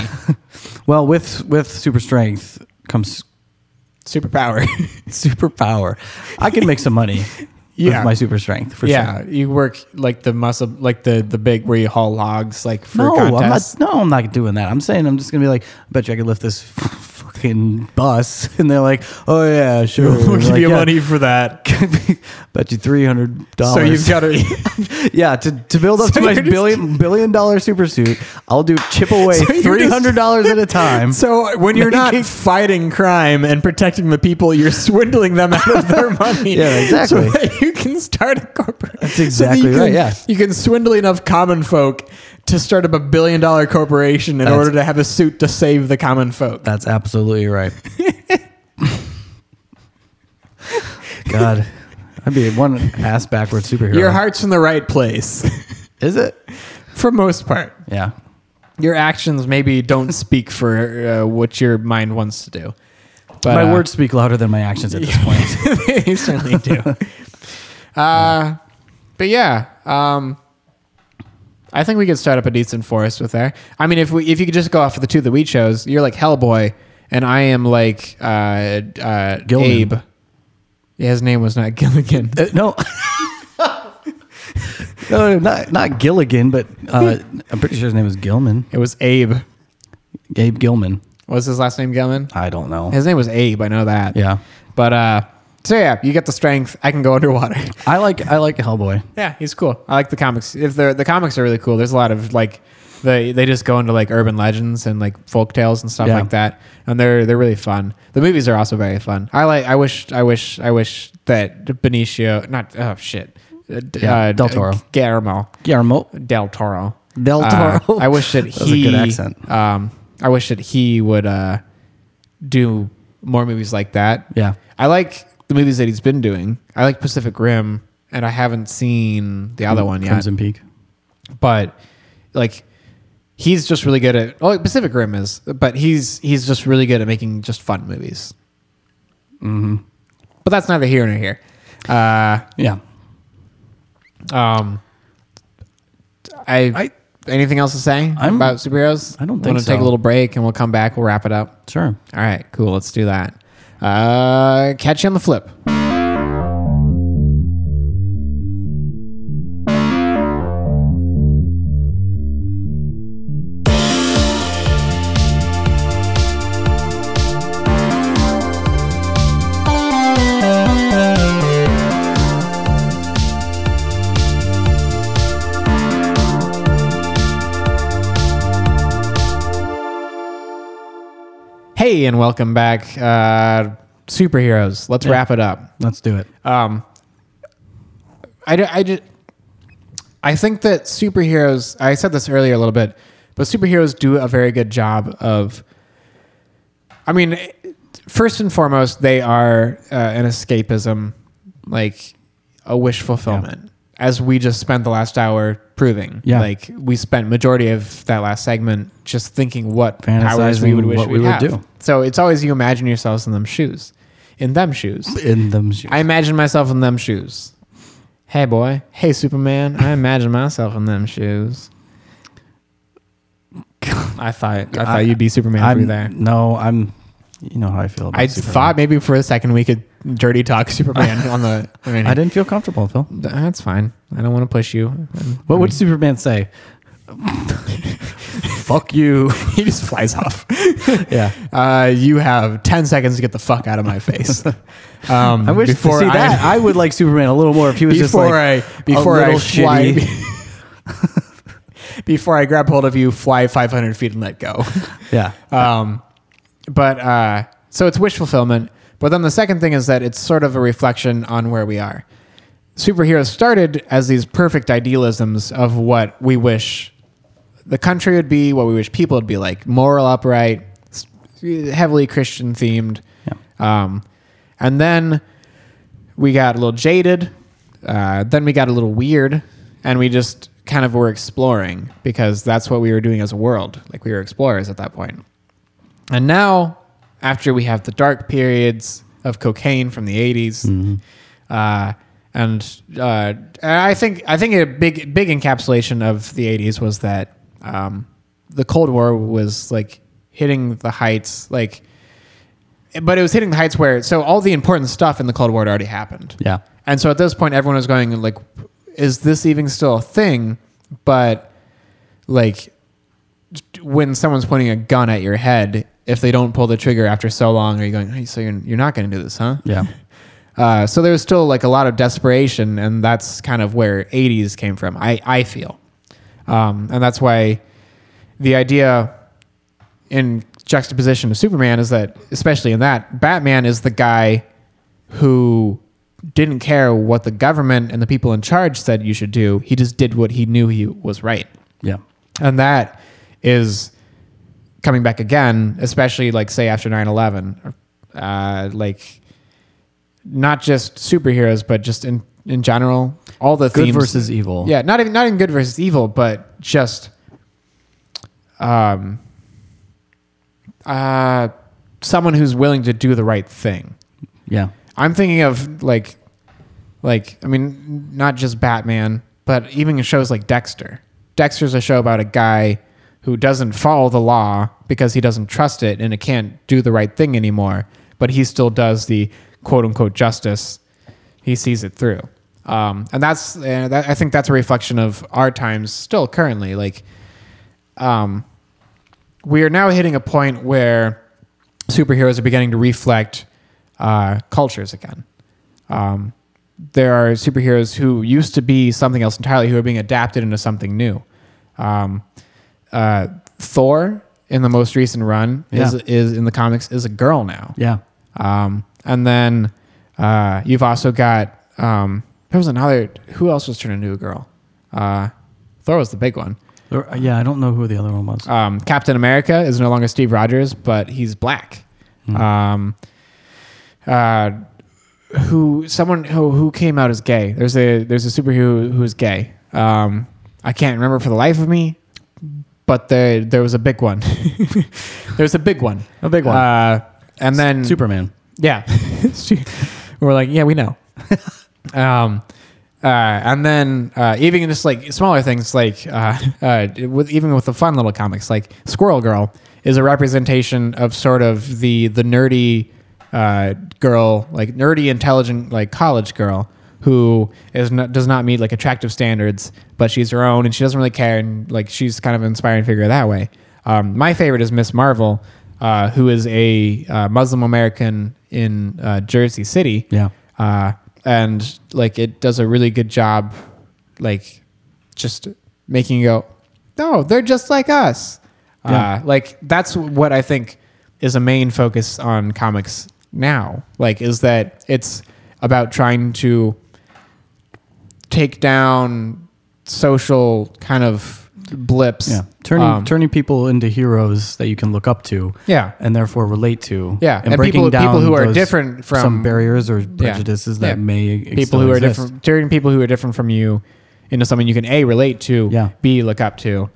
well, with with super strength comes
(laughs) (laughs) superpower.
superpower. I could make some money
(laughs) Yeah.
with my super strength for
yeah,
sure.
you work like the muscle, like the the big where you haul logs, like for
No, I'm
contests.
(laughs) not. No, I'm not doing that. I'm saying I'm just gonna be like, I bet you I could lift this fucking bus, (laughs) and they're like,
(laughs)
Oh yeah, sure.
We'll
And
give
like,
you
"Yeah."
money for that.
(laughs) bet you three hundred dollars.
So you've got to.
(laughs) yeah to, to build
(laughs)
up
So
to my
you're just-
billion billion dollar super suit. I'll do chip
(laughs)
away
So you're just-
three hundred dollars
(laughs)
at a
(laughs)
time.
So uh, when you're not
Making-
fighting crime and protecting the people, you're swindling them out of
(laughs)
their money.
Yeah, exactly.
So that you can start a corporate. That's
exactly
you can,
right, yeah.
you can swindle enough common folk to start up a billion dollar corporation in
That's-
order to have a suit to save the common folk.
That's absolutely (laughs) right. God, I'd be one ass backward superhero.
Your heart's in the right place, (laughs)
is it?
for most part.
Yeah.
Your actions maybe don't speak for uh, what your mind wants to do. But
my
uh,
words speak louder than my actions at this point.
(laughs) they certainly
(laughs)
do. Uh, but yeah, um, I think we could start up a decent forest with there. I mean, if we if you could just go off of the two that we chose, you're like Hellboy, and I am like uh, uh,
Gilman.
Abe. Yeah, his name was not (laughs) Gilligan.
Uh, (laughs) no. no, no, not not Gilligan, but uh, I'm pretty sure his name is Gilman.
It was Abe.
Gabe Gilman.
Was his last name Gilman?
I don't know.
His name was Abe. I know that.
yeah,
But uh, so yeah, you get the strength. I can go (laughs) underwater.
I like I like Hellboy.
Yeah, he's cool. I like the comics. If the the comics are really cool, there's a lot of like they they just go into like urban legends and like folk tales and stuff
Yeah.
like that, and they're they're really fun. The movies are also very fun. I like. I wish. I wish. I wish that Benicio, not oh shit, Uh, d-
Yeah, Del Toro.
Guillermo
Guillermo
Del Toro,
Del
Uh,
Toro.
I wish
(laughs)
that
was a
he.
good accent.
Um, I wish that he would uh, do more movies like that.
Yeah.
I like the movies that he's been doing. I like Pacific Rim, and I haven't seen the other one yet.
Mm, Crimson Peak.
But like, he's just really good at. Oh, Pacific Rim is, but he's he's just really good at making just fun movies. Mm-hmm.
Mm-hmm.
But that's neither here nor here. Uh,
Yeah,
um, I,
I-
anything else to say
I'm-
about superheroes?
I don't think
Wanna take
so.
a little break, and we'll come back. We'll wrap it up.
sure.
All right, cool. Let's do that. Uh, catch you on the flip. Hey, and welcome back, uh, superheroes. Let's wrap it up.
Let's do it.
Um, I, d- I, d- I think that superheroes, I said this earlier a little bit, but superheroes do a very good job of, I mean, first and foremost, they are uh, an escapism, like a wish fulfillment. As we just spent the last hour proving,
Yeah.
like we spent majority of that last segment just thinking what powers we
Fantasizing
would wish
what we
we'd
would
have.
do.
So it's always you imagine yourselves in them shoes, in them shoes.
In them shoes.
I imagine myself in them shoes. Hey, boy. Hey, Superman. I imagine myself in them shoes. I thought I thought you'd be Superman
I'm-
through there.
No, I'm. You know how I feel. About
I
Superman.
thought maybe for a second we could dirty talk (laughs) Superman
(laughs)
on the. I mean,
I didn't feel comfortable, Phil.
that's fine. I don't want to push you.
What would Superman say? Fuck you. (laughs)
he just flies off.
Yeah.
Uh, you have ten seconds to get the fuck out of my
(laughs)
face. Um,
I wish before see that I, would like Superman a little more if he was
before
just like
I before I
little
fly, (laughs)
shitty.
before I grab hold of you, fly 500 feet and let go. (laughs)
Yeah.
Um, but uh, so it's wish fulfillment. But then the second thing is that it's sort of a reflection on where we are. Superheroes started as these perfect idealisms of what we wish the country would be, what we wish people would be like moral, upright, s- heavily Christian themed. Um, and then we got a little jaded. Uh, then we got a little weird, and we just kind of were exploring because that's what we were doing as a world. Like we were explorers at that point. And now, after we have the dark periods of cocaine from the 80s, uh, and uh, I think I think a big big encapsulation of the 80s was that um, the Cold War was like hitting the heights, like, but it was hitting the heights where so all the important stuff in the Cold War had already happened.
Yeah.
And so at this point, everyone was going like, "Is this even still a thing?" But like, when someone's pointing a gun at your head, if they don't pull the trigger after so long, are you going? Hey, so you're, you're not going to do this, huh?
Yeah.
Uh, so there was still like a lot of desperation, and that's kind of where '80s came from. I I feel, um, and that's why the idea in juxtaposition to Superman is that, especially in that, Batman is the guy who didn't care what the government and the people in charge said you should do. He just did what he knew he was right
Yeah.
and that is coming back again especially like say after 9-11 uh, like not just superheroes but just in, in general all the
Good
themes
versus evil.
yeah not even not even good versus evil but just um uh someone who's willing to do the right thing
Yeah.
I'm thinking of like, like I mean, not just Batman, but even in shows like Dexter. Dexter's a show about a guy who doesn't follow the law because he doesn't trust it and it can't do the right thing anymore, but he still does the quote unquote justice. He sees it through, um, and that's uh, that, I think that's a reflection of our times still currently. Like, um, we are now hitting a point where superheroes are beginning to reflect uh, cultures again. Um, there are superheroes who used to be something else entirely who are being adapted into something new. Um, uh, Thor in the most recent run is,
Yeah.
is in the comics is a girl now.
Yeah.
Um, and then uh, you've also got um, there was another who else was turned into a girl? Uh, Thor was the big one.
Or- uh, yeah. I don't know who the other one was.
Um, Captain America is no longer Steve Rogers, but he's black.
Hmm.
Um, uh, who someone who who came out as gay? There's a there's a superhero who is gay. Um, I can't remember for the life of me, but there there was a big one. (laughs) there's a big one.
A big one.
Uh, and then
Superman.
yeah. (laughs) She- We're like, yeah, we know. um, uh, and then uh, even in just like smaller things, like uh, (laughs) uh, with even with the fun little comics, like Squirrel Girl is a representation of sort of the the nerdy uh, girl, like nerdy, intelligent, like college girl who is not, does not meet like attractive standards, but she's her own and she doesn't really care, and like she's kind of an inspiring figure that way. Um, my favorite is Miss Marvel, uh, who is a uh, Muslim American in uh, Jersey City.
Yeah.
Uh, and like it does a really good job, like just making you go, no, they're just like us.
Yeah.
Uh, like that's what I think is a main focus on comics now. Like, is that it's about trying to take down social kind of blips.
Yeah. Turning
Um,
turning people into heroes that you can look up to.
yeah.
And therefore relate to.
Yeah,
And,
and
breaking
people-
down
people who are
those-
different from-
some barriers or prejudices
Yeah.
that may
people
still
who are
exist.
different turning people who are different from you into someone you can a relate to
Yeah.
b look up to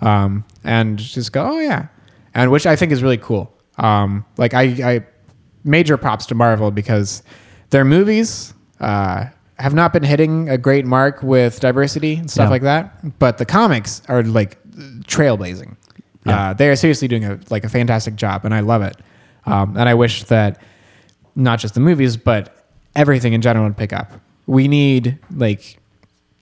um, and just go oh yeah and which i think is really cool um, like I, I major props to marvel because their movies uh, have not been hitting a great mark with diversity and stuff
Yeah.
like that but the comics are like trailblazing
Yeah.
uh, they are seriously doing a, like a fantastic job and i love it um, and i wish that not just the movies, but everything in general would pick up. We need like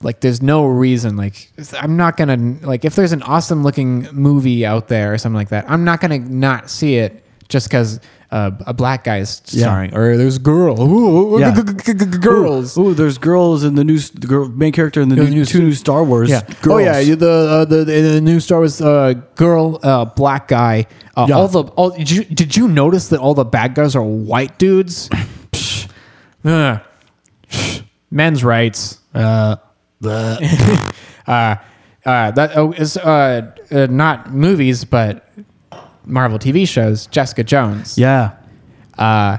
like there's no reason like I'm not gonna like if there's an awesome looking movie out there or something like that, I'm not gonna not see it just because a uh, a black guy is
Yeah.
starring, or there's a girl, Ooh,
Yeah.
g- g- g- g- girls.
Ooh, there's girls in the new s- the girl, main character in the
In
new,
the new
two new Star Wars.
Yeah.
Girls.
Oh yeah. you- The, uh, the the the new Star Wars uh, girl, uh, black guy. Uh,
Yeah.
All the all. Did you, did you notice that all the bad guys are white dudes? (laughs) Psh. Ugh. Psh. Men's rights.
Uh, bleh.
(laughs) Uh, uh, that oh, is uh, uh, not movies, but Marvel TV shows. Jessica Jones.
yeah.
Uh,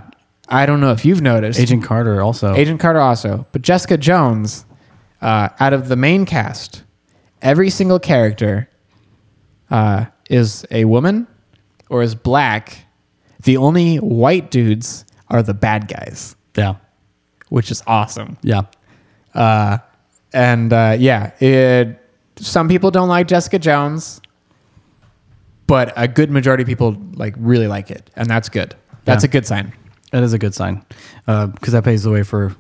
I don't know if you've noticed.
Agent Carter also.
Agent Carter also, but Jessica Jones, uh, out of the main cast, every single character uh, is a woman or is black. The only white dudes are the bad guys,
yeah.
which is awesome.
Yeah.
Uh, and uh, yeah, it, some people don't like Jessica Jones, but a good majority of people like really like it, and that's good. That's
Yeah.
a good sign.
That is a good sign because that paves the way for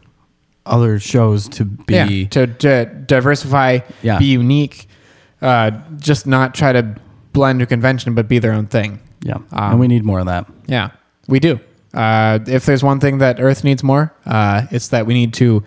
other shows to be.
yeah, to, to diversify,
Yeah.
be unique, uh, just not try to blend to convention, but be their own thing.
Yeah.
Ah.
and we need more of that.
Yeah, we do. Uh, if there's one thing that Earth needs more, uh, it's that we need to.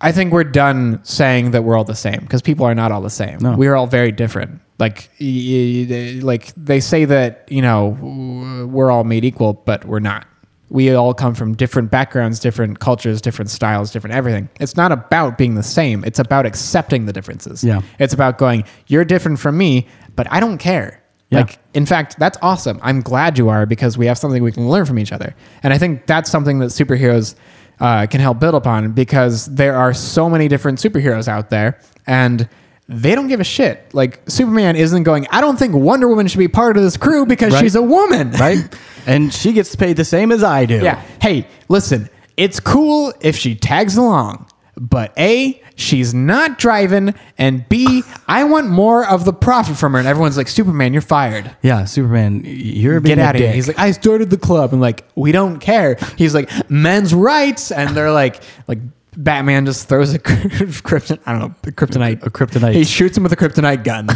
I think we're done saying that we're all the same because people are not all the same.
No.
We are all very different. Like, y- y- they- like they say that you know w- we're all made equal, but we're not. We all come from different backgrounds, different cultures, different styles, different everything. It's not about being the same. It's about accepting the differences.
Yeah.
It's about going, you're different from me, but I don't care.
Yeah.
Like, in fact, that's awesome. I'm glad you are because we have something we can learn from each other. And I think that's something that superheroes uh, can help build upon because there are so many different superheroes out there and they don't give a shit. Like, Superman isn't going, I don't think Wonder Woman should be part of this crew because
Right.
she's a woman. (laughs)
Right? and she gets paid the same as I do.
Yeah. Hey, listen, it's cool if she tags along, but A, she's not driving, and B, I want more of the profit from her. And everyone's like, Superman, you're fired.
Yeah. Superman, y- you're being
Get
a
out of here.
dick.
He's like, I started the club. And like, we don't care. He's like, men's rights. And they're like, like, Batman just throws a (laughs) krypton. I don't know, a kryptonite.
A kryptonite.
He shoots him with a kryptonite
(laughs)
gun.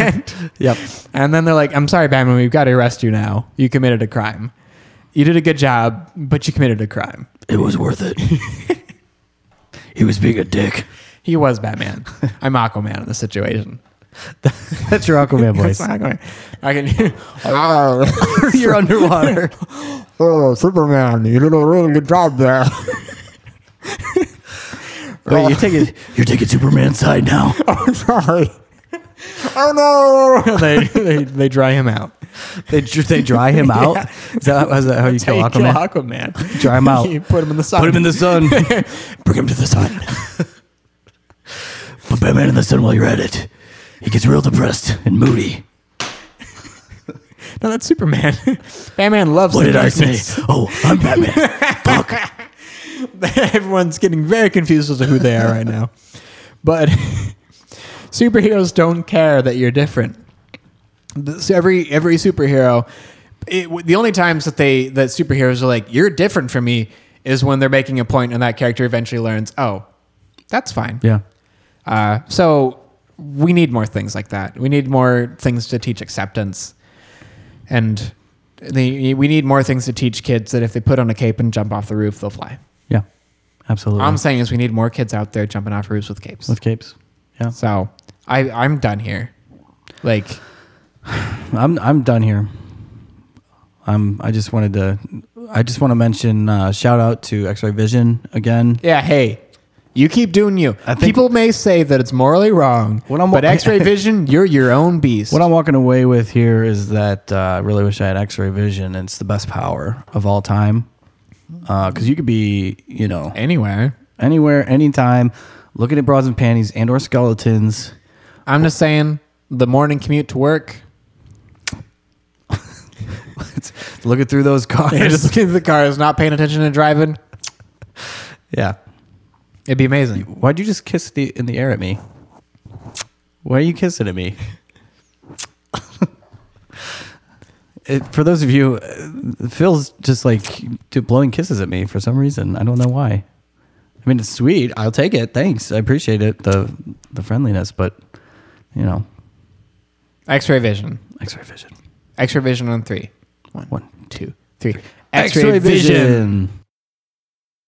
And-
Yep.
and then they're like, I'm sorry, Batman, we've got to arrest you now. You committed a crime. You did a good job, but you committed a crime.
It was worth it. (laughs) he was being a dick.
(laughs) He was
(laughs)
Batman. I'm Aquaman in this situation.
That's your
(laughs)
Aquaman
That's
voice.
Aquaman. I can.
You're (laughs) underwater.
Ah, oh, Superman, you did a really good job there. (laughs)
Wait, you're taking you're taking Superman's side now.
I'm sorry. Oh no! (laughs) they, they they dry him out.
They, dr- they dry (laughs) him out. Is, that, is that how you kill
They
Aquaman?
kill Aquaman.
(laughs) Dry him out.
(laughs) You put him in the sun.
Put him in the (laughs) sun.
Bring him to the sun.
(laughs) Put Batman in the sun while you're at it. He gets real depressed and moody.
no, that's Superman.
(laughs)
Batman loves. the darkness. (laughs)
Oh, I'm Batman.
Everyone's getting very confused as to who they are right now. (laughs) But superheroes don't care that you're different. The- so every every superhero, it, w- the only times that they that superheroes are like you're different from me is when they're making a point and that character eventually learns, oh, that's fine.
(laughs) yeah.
Uh, so we need more things like that. We need more things to teach acceptance, and they, we need more things to teach kids that if they put on a cape and jump off the roof, they'll fly.
Yeah. Absolutely.
All I'm saying is we need more kids out there jumping off roofs with capes.
With capes. Yeah.
So I I'm done here. Like
I'm I'm done here. I'm I just wanted to I just want to mention uh, shout out to X-ray Vision again.
yeah, hey, you keep doing you.
I think-
People may say that it's morally wrong,
What I'm-
but
(laughs)
X-ray vision, you're your own beast.
What I'm walking away with here is that uh, I really wish I had X-ray vision. and It's the best power of all time because you could be, you know,
anyway,
anywhere, anytime, looking at bras and panties and or skeletons.
I'm just saying the morning commute to
(laughs)
work.
looking through those (laughs)
You're just
cars.
looking at the cars, not paying attention and driving.
yeah.
It'd be amazing.
Why'd you just kiss the in the air at me? Why are you kissing at me? (laughs) it, for those of you, uh, Phil's just like t- blowing kisses at me for some reason. I don't know why. I mean, it's sweet. I'll take it. Thanks. I appreciate it. The the friendliness, but you know,
X-ray vision.
X-ray vision.
X-ray vision on three. One,
One,
two, three.
X-ray vision.